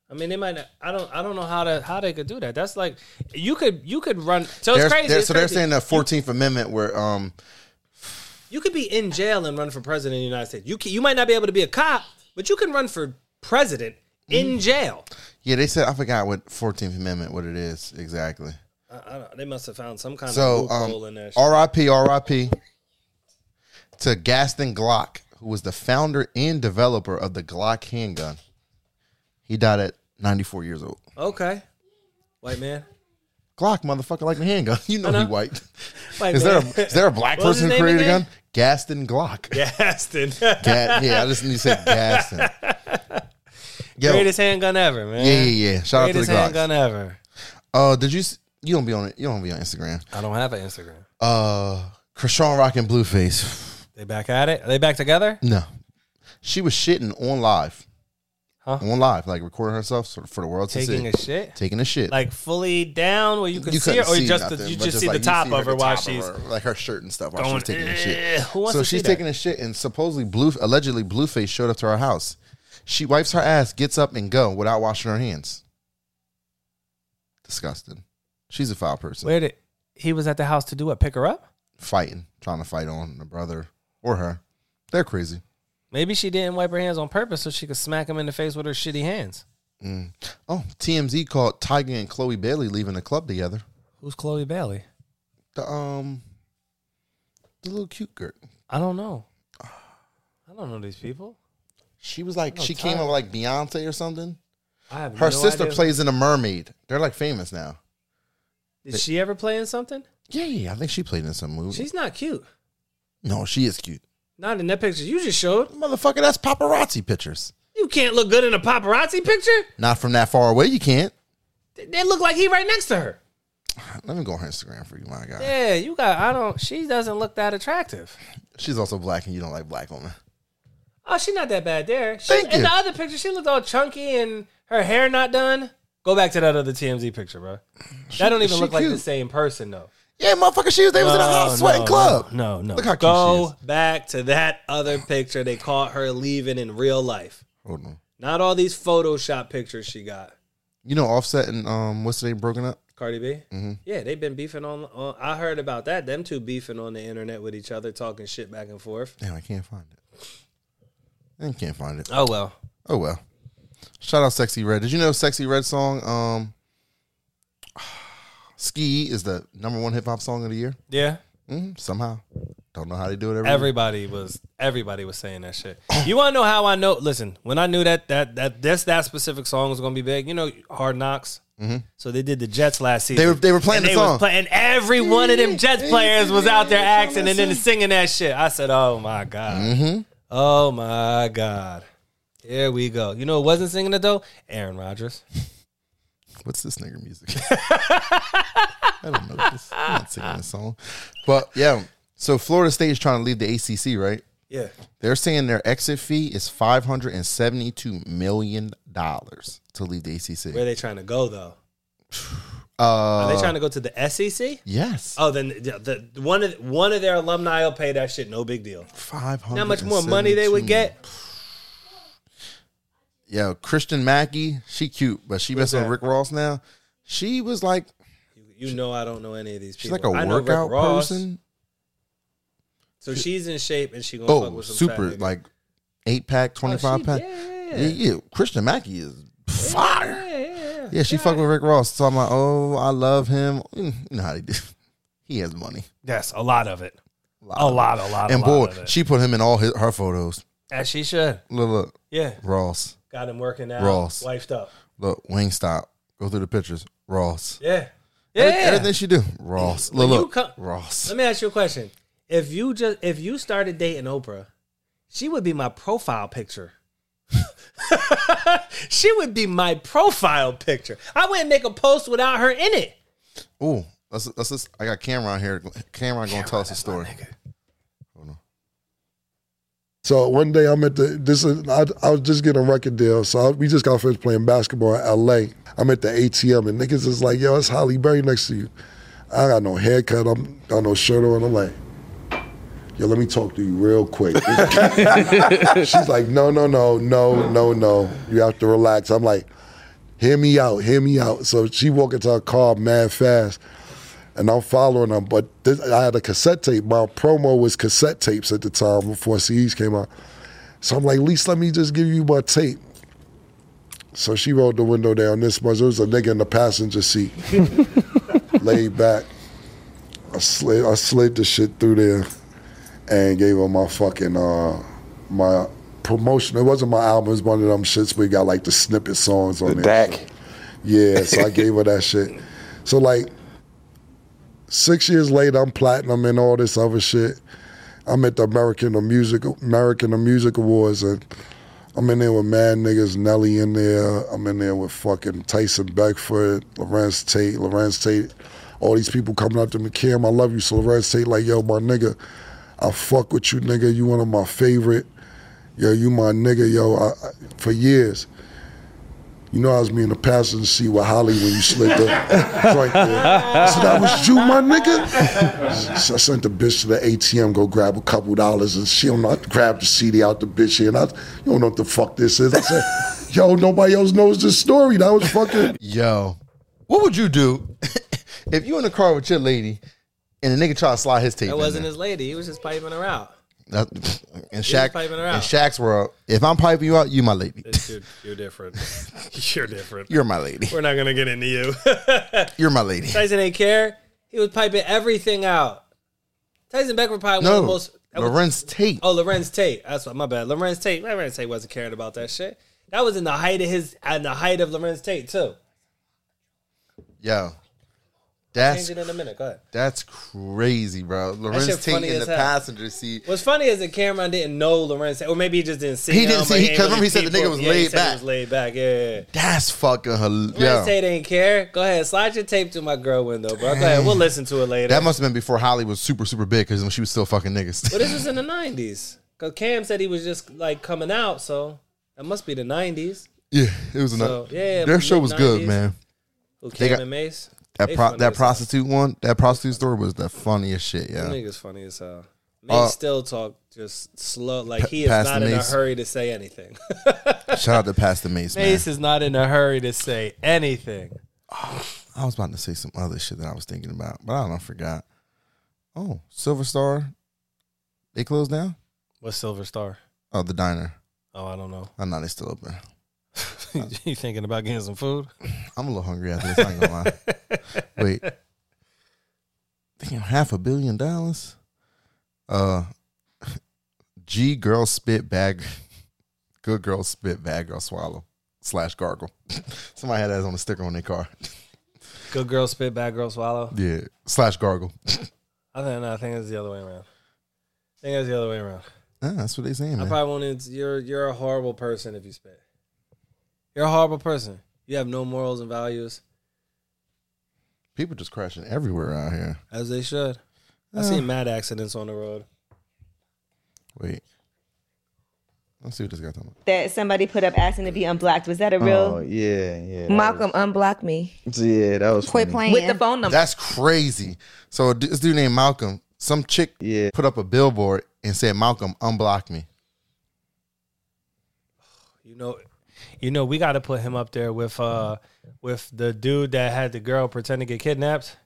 S3: I mean, they might. Not, I don't. I don't know how to how they could do that. That's like you could you could run. So it's
S2: They're-
S3: crazy.
S2: they're-
S3: it's
S2: so
S3: crazy.
S2: they're saying the 14th Amendment where um
S3: you could be in jail and run for president of the United States. You can, you might not be able to be a cop, but you can run for president
S2: Mm.
S3: in jail.
S2: yeah they said I forgot what 14th Amendment what it is exactly.
S3: I, I don't, they must have found some kind
S2: So
S3: of loophole in
S2: um,
S3: there.
S2: R.I.P. R.I.P. to Gaston Glock, who was the founder and developer of the Glock handgun. He died at 94 years old.
S3: okay, white man.
S2: Glock, motherfucker, like the handgun. <laughs> You know,
S3: I know.
S2: he white.
S3: White
S2: Is there
S3: man. <laughs>
S2: a, is there a black
S3: What was
S2: person
S3: his
S2: who
S3: name
S2: created a gun?
S3: again?
S2: Gaston Glock. Yeah.
S3: Gaston?
S2: <laughs> yeah, I just need to say Gaston.
S3: <laughs>
S2: Yo,
S3: Greatest handgun ever, man.
S2: yeah, yeah, yeah. Shout
S3: Greatest
S2: out to the Glock.
S3: handgun ever.
S2: Uh, did you? s- You don't be on it. You don't be on Instagram.
S3: I don't have an Instagram.
S2: Uh, Krishan Rock and Blueface.
S3: They back at it. Are they back together?
S2: No. She was shitting on live.
S3: Huh?
S2: On live, like recording herself sort of for the world to
S3: Taking
S2: see.
S3: a shit.
S2: taking a shit.
S3: Like fully down where you can
S2: You
S3: see
S2: couldn't
S3: her, or you
S2: see
S3: just
S2: nothing,
S3: you
S2: but
S3: just, see
S2: like,
S3: the
S2: you
S3: top
S2: like,
S3: of her
S2: the
S3: while
S2: top of
S3: she's
S2: her, like her shirt and stuff while
S3: going.
S2: she's taking a shit.
S3: "Eh, Who wants
S2: So
S3: to
S2: she's
S3: see that?
S2: taking a shit and supposedly blue allegedly Blueface showed up to her house. She wipes her ass, gets up and go without washing her hands. Disgusting. She's a foul person.
S3: Where did he was at the house to do what? Pick her up?
S2: Fighting, trying to fight on the brother or her. They're crazy.
S3: Maybe she didn't wipe her hands on purpose so she could smack him in the face with her shitty hands.
S2: Mm. Oh, TMZ called Tiger and Chloe Bailey leaving the club together.
S3: Who's Chloe Bailey?
S2: the um the little cute girl.
S3: I don't know. I don't know these people.
S2: She was like
S3: Oh,
S2: she came
S3: Tyler.
S2: up like Beyonce or something.
S3: I have
S2: Her
S3: no
S2: sister
S3: idea.
S2: plays in a mermaid. They're like famous now.
S3: Did she ever play in something?
S2: Yeah, yeah, I think she played in some movie.
S3: She's not cute.
S2: no, she is cute.
S3: Not in that picture you just showed.
S2: Motherfucker, that's paparazzi pictures.
S3: You can't look good in a paparazzi picture.
S2: Not from that far away, you can't.
S3: They- They look like he right next to her.
S2: Let me go on her Instagram for you, my guy.
S3: Yeah, you got. I don't. She doesn't look that attractive.
S2: She's also black and you don't like black women.
S3: Oh, she's not that bad there. She,
S2: Thank
S3: in
S2: you.
S3: the other picture, she looked all chunky and her hair not done. Go back to that other TMZ picture, bro. That don't even
S2: she
S3: look like the
S2: cute.
S3: same person though.
S2: Yeah, motherfucker, she was they was in a
S3: No,
S2: hot sweating
S3: no,
S2: club.
S3: No, no.
S2: Look how cute
S3: Go
S2: she
S3: back to that other picture they caught her leaving in real life.
S2: Hold on.
S3: Not all these Photoshop pictures she got.
S2: You know, Offset and um, what's the name broken up?
S3: Cardi B. Yeah, they've been beefing on, on. I heard about that. Them two beefing on the internet with each other, talking shit back and forth.
S2: Damn, I can't find it. I can't find it.
S3: Oh well.
S2: Oh well. Shout out Sexy Red. Did you know Sexy Red song? Um, <sighs> Ski is the number one hip hop song of the year.
S3: Yeah.
S2: Mhm, somehow, don't know how they do it every. year.
S3: Everybody was everybody was saying that shit. You want to know how I know? Listen, when I knew that that that this that specific song was gonna be big, you know, Hard Knocks. So Mm-hmm. they did the Jets last season.
S2: They were- they were playing
S3: and
S2: the
S3: was
S2: song.
S3: play- and every one of them <laughs> Jets players was out there acting and then singing that shit. I said, "Oh my god, oh my god." Here we go. You know who wasn't singing it though? Aaron Rodgers.
S2: What's this nigga music? <laughs> I don't know. This. I'm not singing this song, but yeah. So Florida State is trying to leave the ACC, right?
S3: Yeah.
S2: They're saying their exit fee is five hundred and seventy-two million dollars to leave the
S3: Where
S2: ACC.
S3: are they trying to go though?
S2: Uh,
S3: Are they trying to go to the SEC?
S2: yes,
S3: Oh, then the, the one of one of their alumni will pay that shit. No big deal.
S2: five hundred.
S3: How much more money they would get?
S2: Yo, Christian Mackey, she cute, but she messing with
S3: that?
S2: Rick Ross now. She was like,
S3: You know, I don't know any of these
S2: she's
S3: people.
S2: like a
S3: I know Rick
S2: workout
S3: Ross,
S2: person.
S3: So she's in shape and she gonna fuck
S2: Oh,
S3: with some
S2: super,
S3: fat nigga.
S2: like eight pack, twenty five
S3: she-
S2: pack.
S3: yeah, yeah,
S2: yeah, yeah. Christian Mackey is fire.
S3: yeah, yeah, yeah.
S2: Yeah, she fucked with Rick Ross. So I'm like, oh, I love him. Mm, You know how they do. <laughs> He has money.
S3: Yes, a lot of it. A lot, a lot,
S2: And
S3: a lot
S2: boy,
S3: of it.
S2: she put him in all his, her photos.
S3: As she should.
S2: Look, look,
S3: Yeah,
S2: Ross.
S3: got him working out.
S2: Ross.
S3: wifed up.
S2: Look, Wingstop. Go through the pictures. Ross.
S3: Yeah,
S2: Every-
S3: yeah.
S2: Everything she do. Ross.
S3: When
S2: Look,
S3: you
S2: look.
S3: come-
S2: Ross.
S3: Let me ask you a question. If you just if you started dating Oprah, she would be my profile picture. <laughs> she would be my profile picture. I wouldn't make a post without her in it.
S2: Ooh, let's let's just. I got Cameron here. Cameron gonna tell us a story. Hold on.
S5: So one day I'm at the this is I, I was just getting a record deal. So I, we just got finished playing basketball in LA. I'm at the ATM and niggas is like, yo, it's Holly Berry next to you. I got no haircut. I'm got no shirt on. I'm like, yo, let me talk to you real quick. <laughs> She's like, no, no, no, no, no, no. You have to relax. I'm like, hear me out, hear me out. So she walk into her car mad fast and I'm following them. But this, I had a cassette tape. My promo was cassette tapes at the time before CDs came out. So I'm like, at least let me just give you my tape. So she rolled the window down this much. There was a nigga in the passenger seat, laid back. I slid, I slid the shit through there, and gave her my fucking uh, my promotion. It wasn't my album. It was one of them shits. We got like the snippet songs on
S6: The
S5: it.
S6: DAC.
S5: Yeah, so I gave her that shit. So like six years later, I'm platinum and all this other shit. I'm at the American of Music American of Music Awards and I'm in there with mad niggas, Nelly in there. I'm in there with fucking Tyson Beckford, Lorenz Tate, Lorenz Tate. All these people coming up to me, Cam, I love you. So Lorenz Tate, like, yo, my nigga, I fuck with you, nigga. You one of my favorite. Yo, you my nigga, yo, I, I, for years. You know I was me in the passenger seat with Holly when you slid the joint there. I said, that was you, my nigga? So I sent the bitch to the ATM, go grab a couple dollars, and she don't know, I grabbed the CD out the bitch here, and I, you don't know what the fuck this is. I said, yo, nobody else knows this story. That was fucking,
S2: Yo, what would you do <laughs> if you in the car with your lady and a nigga try to slide his tape?
S3: That
S2: in
S3: wasn't
S2: there?
S3: his lady. He was just piping her out.
S2: That- and
S3: was
S2: Shaq
S3: piping her
S2: and
S3: out.
S2: Shaq's world. If I'm piping you out, you my lady.
S3: You're, you're different. <laughs> You're
S2: <laughs>
S3: different.
S2: You're my lady.
S3: We're not gonna get into you. <laughs>
S2: You're my lady.
S3: Tyson ain't care. He was piping everything out. Tyson Beckford probably one of the
S2: No,
S3: most. that was-
S2: Lorenz Tate.
S3: Oh, Lorenz Tate. That's what my bad. Lorenz Tate. Lorenz Tate wasn't caring about that shit. That was in the height of his and the height of Lorenz Tate too.
S2: Yo,
S3: Change
S2: that's
S3: it in a minute. Go ahead.
S2: that's crazy, bro.
S3: shit
S2: Lorenz Tate
S3: funny
S2: in
S3: as
S2: the
S3: hell.
S2: passenger seat.
S3: What's funny is that Cameron didn't know Lorenz Tate, or maybe he just didn't see.
S2: He
S3: him,
S2: didn't
S3: or
S2: see-
S3: ain't
S2: 'cause remember he
S3: really
S2: said the
S3: people.
S2: nigga was
S3: Yeah, he
S2: laid
S3: said he
S2: back.
S3: was laid back. Yeah, yeah. yeah.
S2: That's fucking
S3: Lorenz
S2: hilarious.
S3: Tate ain't care. Go ahead, slide your tape to my girl window, bro. Go ahead, we'll listen to it later.
S2: That must have been before Holly was super super big because when she was still fucking niggas.
S3: but this was in the nineties. Cause Cam said he was just like coming out, so that must be the nineties.
S2: <laughs> Yeah, it was another.
S3: So yeah,
S2: Their show was good,
S3: mid-nineties.
S2: man.
S3: Who Cam
S2: got-
S3: and Mace?
S2: That
S3: They
S2: pro-
S3: funny
S2: that
S3: as hell.
S2: prostitute one, that prostitute story was the funniest shit.
S3: That
S2: Yeah,
S3: nigga's funny as hell. Mace
S2: Uh,
S3: still talk just slow, like
S2: Pa-
S3: he is
S2: Pastor
S3: not in a
S2: Mace.
S3: hurry to say <laughs> anything.
S2: shout out to Pastor Mace, man.
S3: Mace is not in a hurry to say anything.
S2: I was about to say some other shit that I was thinking about, but I don't know, I forgot. Oh, Silver Star, they closed down.
S3: What's Silver Star?
S2: Oh, the diner.
S3: Oh, I don't know.
S2: I know they still open.
S3: <laughs> you thinking about getting some food?
S2: I'm a little hungry after this. I ain't gonna lie.
S3: <laughs>
S2: Wait, damn, half a billion dollars. Uh, G girl spit bag, good girl spit bag girl swallow slash gargle. <laughs> Somebody had that on a sticker on their car.
S3: Good girl spit, bad girl swallow.
S2: Yeah, slash gargle.
S3: I think no, I think it's the other way around. I think that's the other way around.
S2: <laughs> Ah, that's what they saying.
S3: I
S2: Man.
S3: probably wanted to- you're you're a horrible person if you spit. You're a horrible person. You have no morals and values,
S2: People just crashing everywhere out here.
S3: as they should. I seen mad accidents on the road.
S2: Wait. Let's see what this guy talking about.
S6: that somebody put up asking to be unblocked. Was that a real
S7: Oh yeah, yeah. that
S6: Malcolm unblock me
S7: was- yeah, that was
S8: Quit
S7: funny.
S8: playing.
S6: with the phone number?
S2: That's crazy. So d- this dude named Malcolm, some chick
S7: Yeah.
S2: put up a billboard and said, Malcolm, unblock me.
S3: You know, you know, we got to put him up there with uh with the dude that had the girl pretend to get kidnapped.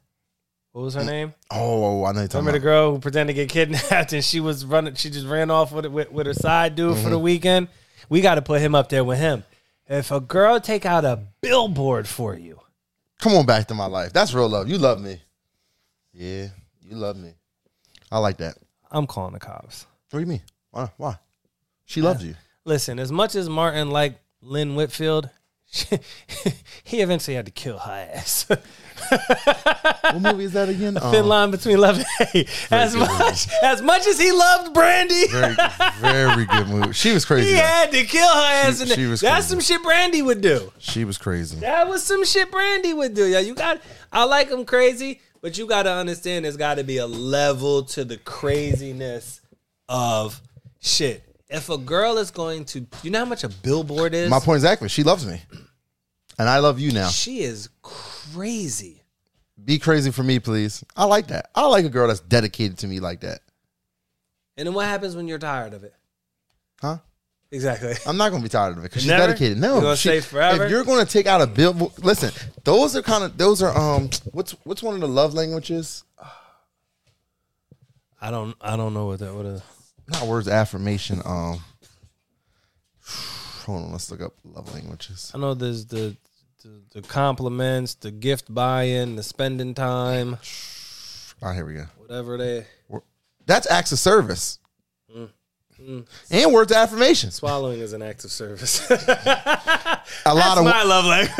S3: What was her name?
S2: Oh, I know you're talking
S3: Remember the
S2: about.
S3: girl who pretended to get kidnapped and she was running, she just ran off with with, with her side dude for the weekend. We got to put him up there with him. If a girl take out a billboard for you,
S2: Come on back to my life. That's real love. You love me. Yeah, you love me. I like that.
S3: I'm calling the cops.
S2: What do you mean? Why? Why? She loves
S3: <laughs>
S2: you.
S3: Listen, as much as Martin liked Lynn Whitfield, <laughs> he eventually had to kill her ass. <laughs>
S2: What movie is that again?
S3: Thin
S2: Um,
S3: line between love and hate. As
S2: good
S3: much <laughs> as much as he loved Brandy,
S2: very, very good movie. She was crazy.
S3: he
S2: though.
S3: had to kill her ass.
S2: She-
S3: in
S2: she
S3: there.
S2: was
S3: That's some
S2: crazy.
S3: shit Brandy would do.
S2: She was crazy.
S3: That was some shit Brandy would do. Yeah, you got. I like him crazy, but you got to understand there's got to be a level to the craziness of shit. If a girl is going to, you know how much a billboard is.
S2: My point exactly. She loves me, and I love you now.
S3: She is crazy.
S2: Be crazy for me, please. I like that. I like a girl that's dedicated to me like that.
S3: And then what happens when you're tired of it?
S2: Huh?
S3: Exactly.
S2: I'm not gonna be tired of it because she's
S3: Never?
S2: dedicated. No,
S3: You gonna
S2: she-
S3: stay forever?
S2: If you're gonna take out a bill, listen. Those are kind of those are um. What's what's one of the love languages?
S3: I don't. I don't know what that. What is?
S2: Not words of affirmation. Um. <sighs> Hold on, let's look up love languages.
S3: I know there's the the, the compliments, the gift buying, the spending time,
S2: Oh, here we go.
S3: whatever they
S2: That's acts of service.
S3: Mm.
S2: And words of affirmation.
S3: swallowing is an act of service.
S2: A
S3: <laughs>
S2: lot
S3: That's
S2: of
S3: my love language. <laughs>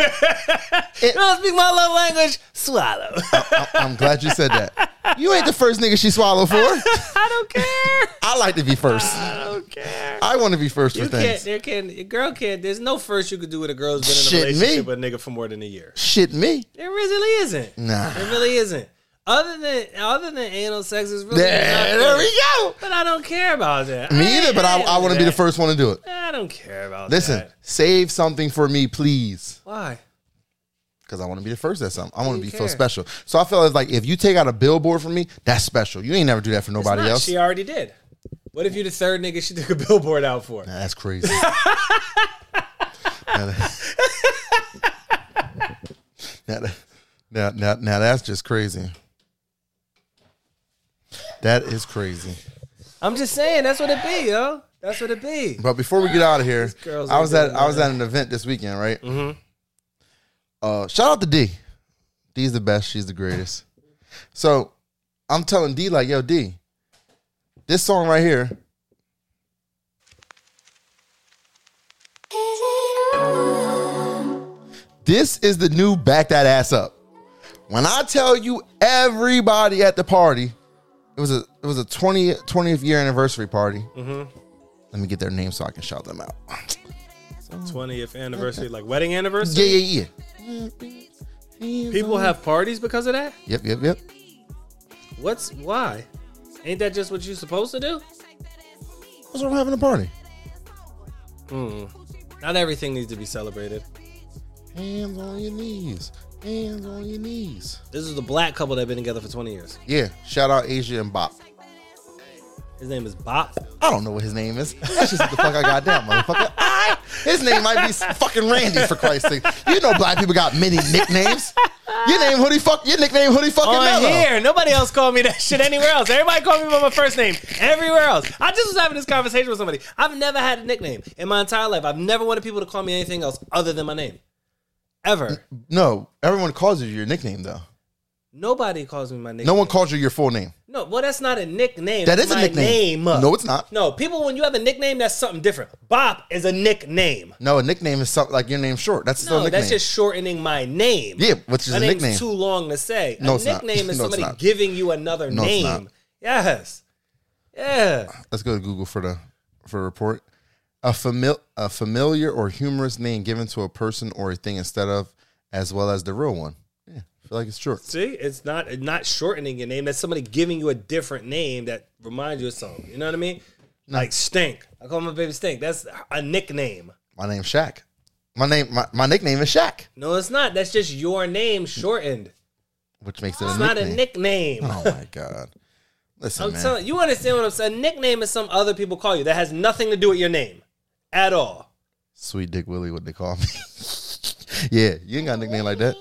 S3: you don't speak my love language. Swallow. <laughs>
S2: Oh. I'm glad you said that. You ain't the first nigga she swallowed for.
S3: I don't care.
S2: I like to be first.
S3: I
S2: <laughs>
S3: don't care.
S2: I want to be first
S3: You
S2: for
S3: can't.
S2: things.
S3: There can. A girl can't. There's no first you could do with a girl who's been in a
S2: Shit, me.
S3: relationship with a nigga for more than a year.
S2: Shit me.
S3: There really isn't. <laughs>
S2: Nah.
S3: There really isn't. Other than other than anal sex is really.
S2: There,
S3: nothing.
S2: there we go.
S3: But I don't care about that.
S2: Me either, but I, I want to be the
S3: first.
S2: first one to do it.
S3: I don't care about
S2: Listen,
S3: that.
S2: save something for me, please.
S3: Why?
S2: Because I want to be the first at something. I want to be
S3: You care.
S2: feel special. So I feel as like if you take out a billboard for me, that's special. You ain't never do that for nobody
S3: Not,
S2: else.
S3: She already did. What if you the third nigga she took a billboard out for?
S2: Nah, that's crazy. <laughs> now, that, now, that- <laughs> now, now, now that's just crazy. That is crazy.
S3: I'm just saying, that's what it be, yo. That's what it be.
S2: <laughs> But before we get out of here,
S3: girls
S2: I was
S3: ain't
S2: at
S3: doing
S2: I was at
S3: nothing.
S2: an event this weekend, right? Mm-hmm. Uh, shout out to D. D's the best. She's the greatest. So I'm telling D like, yo, D, this song right here. This is the new back that ass up. When I tell you everybody at the party, it was a it was a 20, 20th year anniversary party. Let me get their name so I can shout them <laughs> out.
S3: 20th anniversary, like wedding anniversary.
S2: Yeah, yeah, yeah.
S3: People have parties because of that?
S2: Yep, yep, yep.
S3: What's why? Ain't that just what you supposed to do?
S2: What's wrong with having a party?
S3: Not everything needs to be celebrated.
S2: Hands on your knees. Hands on your knees.
S3: This is the black couple that have been together for 20 years.
S2: Yeah. Shout out Asia and Bop.
S3: His name is Bop.
S2: I don't know what his name is. That's just what the fuck I got down, <laughs> motherfucker. I, his name might be fucking Randy for Christ's sake. You know black people got many nicknames. Your name hoodie fuck your nickname hoodie fucking
S3: On
S2: mellow.
S3: here. Nobody else called me that shit anywhere else. Everybody called me by my first name everywhere else. I just was having this conversation with somebody. I've never had a nickname in my entire life. I've never wanted people to call me anything else other than my name. Ever.
S2: No, everyone calls you your nickname though.
S3: Nobody calls me my nickname.
S2: No one calls you your full name.
S3: No, well, that's not a nickname.
S2: That
S3: That's
S2: is a
S3: my
S2: nickname.
S3: Name.
S2: No, it's not.
S3: No, people, when you have a nickname, that's something different. Bop is a nickname.
S2: No, a nickname is something like your name's short. That's still a
S3: No,
S2: nickname.
S3: that's just shortening my name.
S2: yeah, which is
S3: my
S2: a
S3: name's
S2: nickname.
S3: too long to say.
S2: No,
S3: a
S2: it's not. <laughs>
S3: nickname is
S2: No, it's
S3: somebody
S2: not.
S3: giving you another
S2: No, it's
S3: name.
S2: not.
S3: Yes. Yeah.
S2: Let's go to Google for the for a report. A famil- a familiar or humorous name given to a person or a thing instead of as well as the real one. Yeah. I feel like it's short.
S3: See, it's not it's not shortening your name. That's somebody giving you a different name that reminds you of something. You know what I mean? Like Stink. I call my baby Stink. That's a nickname.
S2: My name's Shaq. My name my, my nickname is Shaq,
S3: No, it's not. That's just your name shortened.
S2: which makes it
S3: It's
S2: a
S3: not a
S2: nickname.
S3: nickname.
S2: Oh my god. Listen,
S3: I'm
S2: man.
S3: telling you, understand what I'm saying? A nickname is some other people call you that has nothing to do with your name at all.
S2: Sweet Dick Willie, what they call me. <laughs> yeah, you ain't got a nickname like that.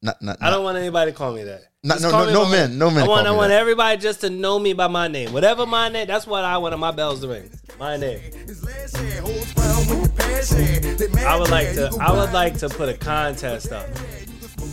S2: Not, not,
S3: I don't want anybody to call me that.
S2: No,
S3: Just
S2: no,
S3: call
S2: no,
S3: me
S2: no
S3: by my
S2: men,
S3: name.
S2: no men
S3: I want,
S2: call me
S3: I want
S2: that.
S3: everybody just to know me by my name. Whatever my name, that's what I want my bells to ring. My name. I would like to. I would like to put a contest up.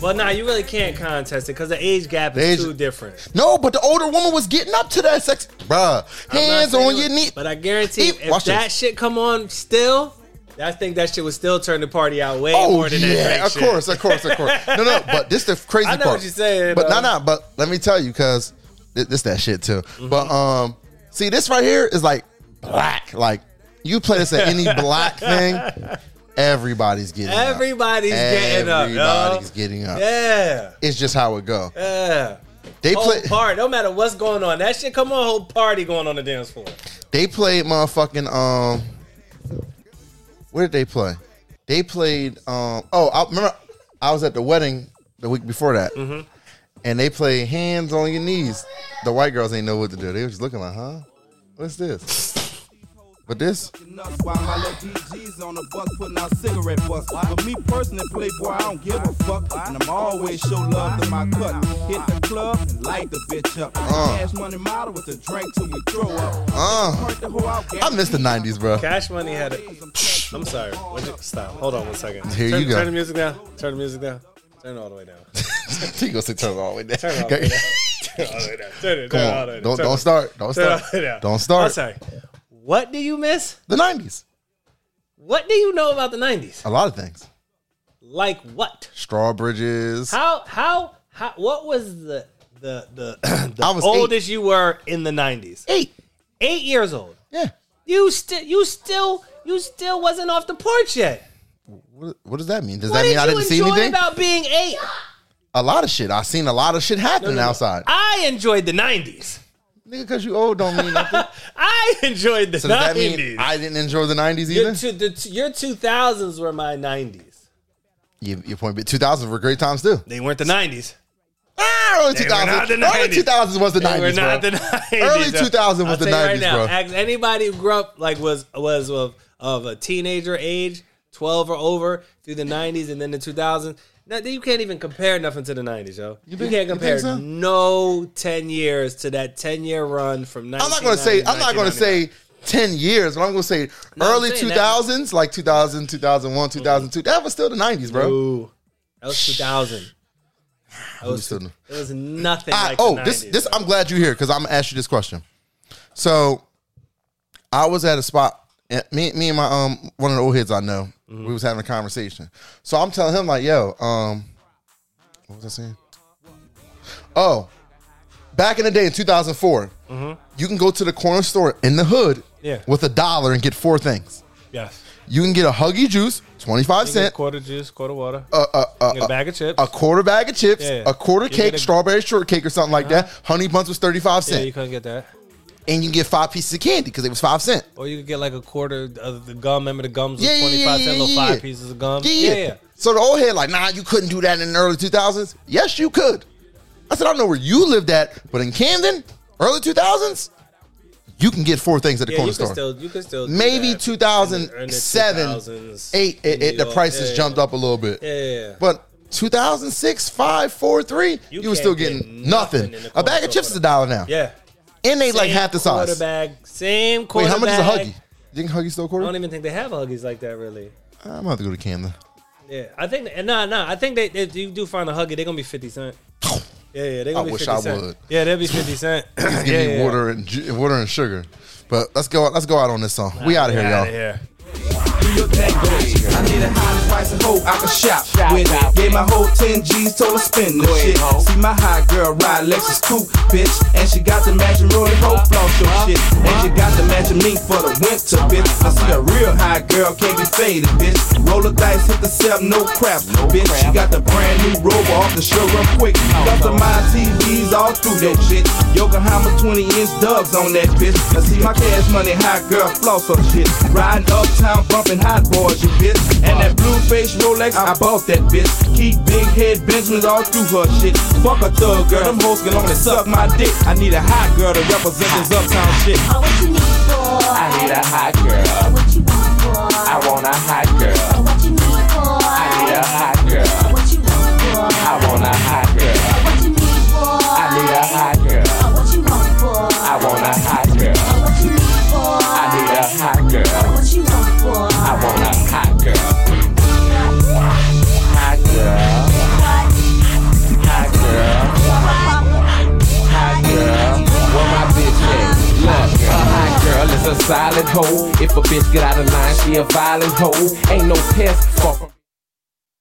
S3: But nah, you really can't contest it because the age gap is
S2: The age-
S3: too different.
S2: No, but the older woman was getting up to that sex. Bruh,
S3: I'm not
S2: hands
S3: saying
S2: on
S3: it-
S2: your knee.
S3: But I guarantee,
S2: Eat-
S3: if
S2: watch
S3: that
S2: this.
S3: shit come on still, I think that shit would still turn the party out way
S2: Oh
S3: more than that.
S2: yeah,
S3: Drake
S2: of
S3: shit.
S2: course, of course, of course. No, no, but this the crazy
S3: I
S2: part.
S3: know what you're saying,
S2: but
S3: though.
S2: no, no, but let me tell you, cause thi- this that shit too.
S3: Mm-hmm.
S2: But um, see, this right here is like black. Like you play this at any black thing, everybody's getting up.
S3: Everybody's getting up. yo.
S2: Everybody's getting up.
S3: Yeah.
S2: It's just how it go.
S3: Yeah.
S2: They
S3: Whole
S2: play.
S3: party, no matter what's going on, that shit. Come on, whole party going on the dance floor.
S2: They played motherfucking um. Where did they play? They played um. Oh, I remember I was at the wedding the week before that,
S3: Mm-hmm.
S2: and they played "Hands on Your Knees." The white girls ain't know what to do. They was just looking like, "Huh, what's this?" But this,
S8: nuts while my little DG's on the bus putting out cigarette butts. But me personally, playboy, I don't give a fuck. And I'm always show love to my cut. Hit the club and light the bitch up. Cash money model with a drink till we throw up.
S2: uh,
S8: Hurt the whole out
S2: I miss the '90s, bro. <laughs>
S3: Cash Money had a. I'm sorry. What'd you- Stop. Hold on one second.
S2: Here
S3: turn,
S2: you go.
S3: Turn the music down. Turn the music down. Turn it all the way down.
S2: you gonna say turn it all the way down.
S3: Turn it all the way down. Turn it all the way down. Turn it
S2: Come
S3: down. all
S2: on,
S3: the way down.
S2: don't
S3: Turn it-
S2: don't start, don't
S3: turn it all
S2: start,
S3: the way down.
S2: don't start.
S3: I'm sorry. What do you miss?
S2: The '90s,
S3: What do you know about the '90s?
S2: a lot of things.
S3: Like what?
S2: Straw bridges.
S3: How? How? How? What was the the the, <clears throat> the
S2: I was eight.
S3: oldest you were in the '90s?
S2: Eight,
S3: Eight years old.
S2: yeah.
S3: You still, you still, you still wasn't off the porch yet.
S2: What, what does that mean? Does
S3: what
S2: that
S3: did
S2: mean I
S3: you
S2: didn't see
S3: enjoy
S2: anything?
S3: about being eight?
S2: a lot of shit. I seen a lot of shit happening outside.
S3: I enjoyed the nineties.
S2: Nigga, because you old don't mean
S3: <laughs>
S2: nothing.
S3: I enjoyed the
S2: So does that
S3: nineties.
S2: mean I didn't enjoy the '90s
S3: Your
S2: either?
S3: two, the, two- your two thousands were my nineties.
S2: You, your point, but 2000s were great times too.
S3: They weren't the nineties.
S2: Ah, early
S3: They
S2: 2000s.
S3: were not the
S2: Early
S3: 90s.
S2: 2000s was the
S3: They were
S2: 90s,
S3: not
S2: bro.
S3: the <laughs> nineties.
S2: Early 2000 was the 90s,
S3: right now,
S2: bro.
S3: Ask anybody who grew up like was was of of a teenager age, twelve or over, through the nineties and then the two thousands. Now, you can't even compare nothing to the nineties, yo. You,
S2: think-
S3: can't
S2: you think
S3: compare
S2: so?
S3: no ten years to that ten year run from.
S2: I'm not gonna say. I'm not gonna say. 10 years, but I'm going to say
S3: I'm
S2: early
S3: saying that-
S2: 2000s, like 2000, 2001, 2002. That was still the 90s, bro.
S3: Ooh, that was two thousand. That was,
S2: still-
S3: it was nothing.
S2: I-
S3: like
S2: oh,
S3: the 90s,
S2: this this
S3: bro.
S2: I'm glad you're here because I'm gonna ask you this question. So, I was at a spot. And me, me and my um one of the old heads I know,
S3: Mm-hmm.
S2: we was having a conversation. So I'm telling him like, yo, um, what was I saying? Oh, back in the day in 2004, you can go to the corner store in the hood
S3: Mm-hmm. Yeah.
S2: with a dollar and get four things.
S3: yes.
S2: You can get a Huggy juice, 25
S3: You get
S2: cent, Uh,
S3: quarter juice, quarter water,
S2: a, a, a,
S3: you get a bag of chips.
S2: a quarter bag of chips,
S3: Yeah.
S2: a quarter
S3: You
S2: cake,
S3: get a- Uh-huh.
S2: strawberry shortcake or something like that. Honey buns was 35
S3: yeah,
S2: cents.
S3: you couldn't get that.
S2: and you can get five pieces of candy because it was five cent.
S3: Or you could get like a quarter of the gum. Remember the gums was
S2: Yeah, yeah,
S3: 25
S2: yeah,
S3: cent,
S2: yeah,
S3: little
S2: yeah.
S3: five pieces of gum?
S2: Yeah, yeah. So the old head like, nah, you couldn't do that in the early two thousands. Yes, you could. I said, I don't know where you lived at, but in Camden, early two thousands, you can get four things at the
S3: Yeah,
S2: corner
S3: you could
S2: store.
S3: still, you could still do
S2: Maybe
S3: that in the- in the
S2: 2007,
S3: 2000s,
S2: Eight, it,
S3: in
S2: it,
S3: New
S2: the
S3: York.
S2: prices
S3: Yeah,
S2: jumped
S3: yeah.
S2: up a little bit.
S3: Yeah, yeah, yeah.
S2: But 2006, 5, 4, 3, you,
S3: You
S2: were still
S3: can't
S2: getting
S3: get
S2: nothing.
S3: nothing in the
S2: a bag
S3: corner
S2: of
S3: store
S2: chips
S3: for
S2: is a dollar now.
S3: yeah.
S2: And they like
S3: Same
S2: half the size.
S3: Quarterback, same
S2: Wait, how
S3: quarterback.
S2: much is a Huggy? You think Huggy's still a
S3: I
S2: quarter?
S3: don't
S2: I'm
S3: even think they have Huggies like that really.
S2: gonna have to go to Camden.
S3: Yeah, I think and nah, nah. I think they, if you do find a huggy, they're gonna be
S2: <laughs>
S3: fifty cent. Yeah, yeah, they're gonna
S2: I
S3: be
S2: wish
S3: 50
S2: I
S3: cent.
S2: would.
S3: Yeah, they'll be fifty cent. yeah,
S2: Give me
S3: yeah.
S2: water and ju- water and sugar. But let's go. Let's go out on this song. we out of here,
S3: Outta
S2: y'all.
S3: here.
S8: your thing, bitch. I need a high price and hoe I can shop with. Gave my whole 10 G's, told her spend this shit. See my hot girl ride Lexus coupe, bitch. And she got the matching rolling hoe floss your shit. And she got the matching mink for the winter, bitch. I see a real high girl, can't be faded, bitch. Roll the dice, hit the cell, no crap, bitch. She got the brand new rover off the showroom quick. Customized TVs all through that shit. Yokohama 20 inch dubs on that bitch. I see my cash money, hot girl floss on shit. Riding uptown, bumping hot boys, you bitch. And that blue face Rolex, I bought that bitch. Keep big head Benjamins all through her shit. Fuck a thug girl, them hoes can only suck my dick. I need a hot girl to represent this uptown shit.
S9: I need a hot girl. I want a hot girl. I need a hot girl. I want a hot girl. I need a hot girl. I want a hot girl. I need a hot girl. I want a hot girl. Hot girl. Hot girl. Hot girl. Where my bitch at? Look, a hot girl is a solid hoe. If a bitch get out of line, she a violent hoe. Ain't no pest, far from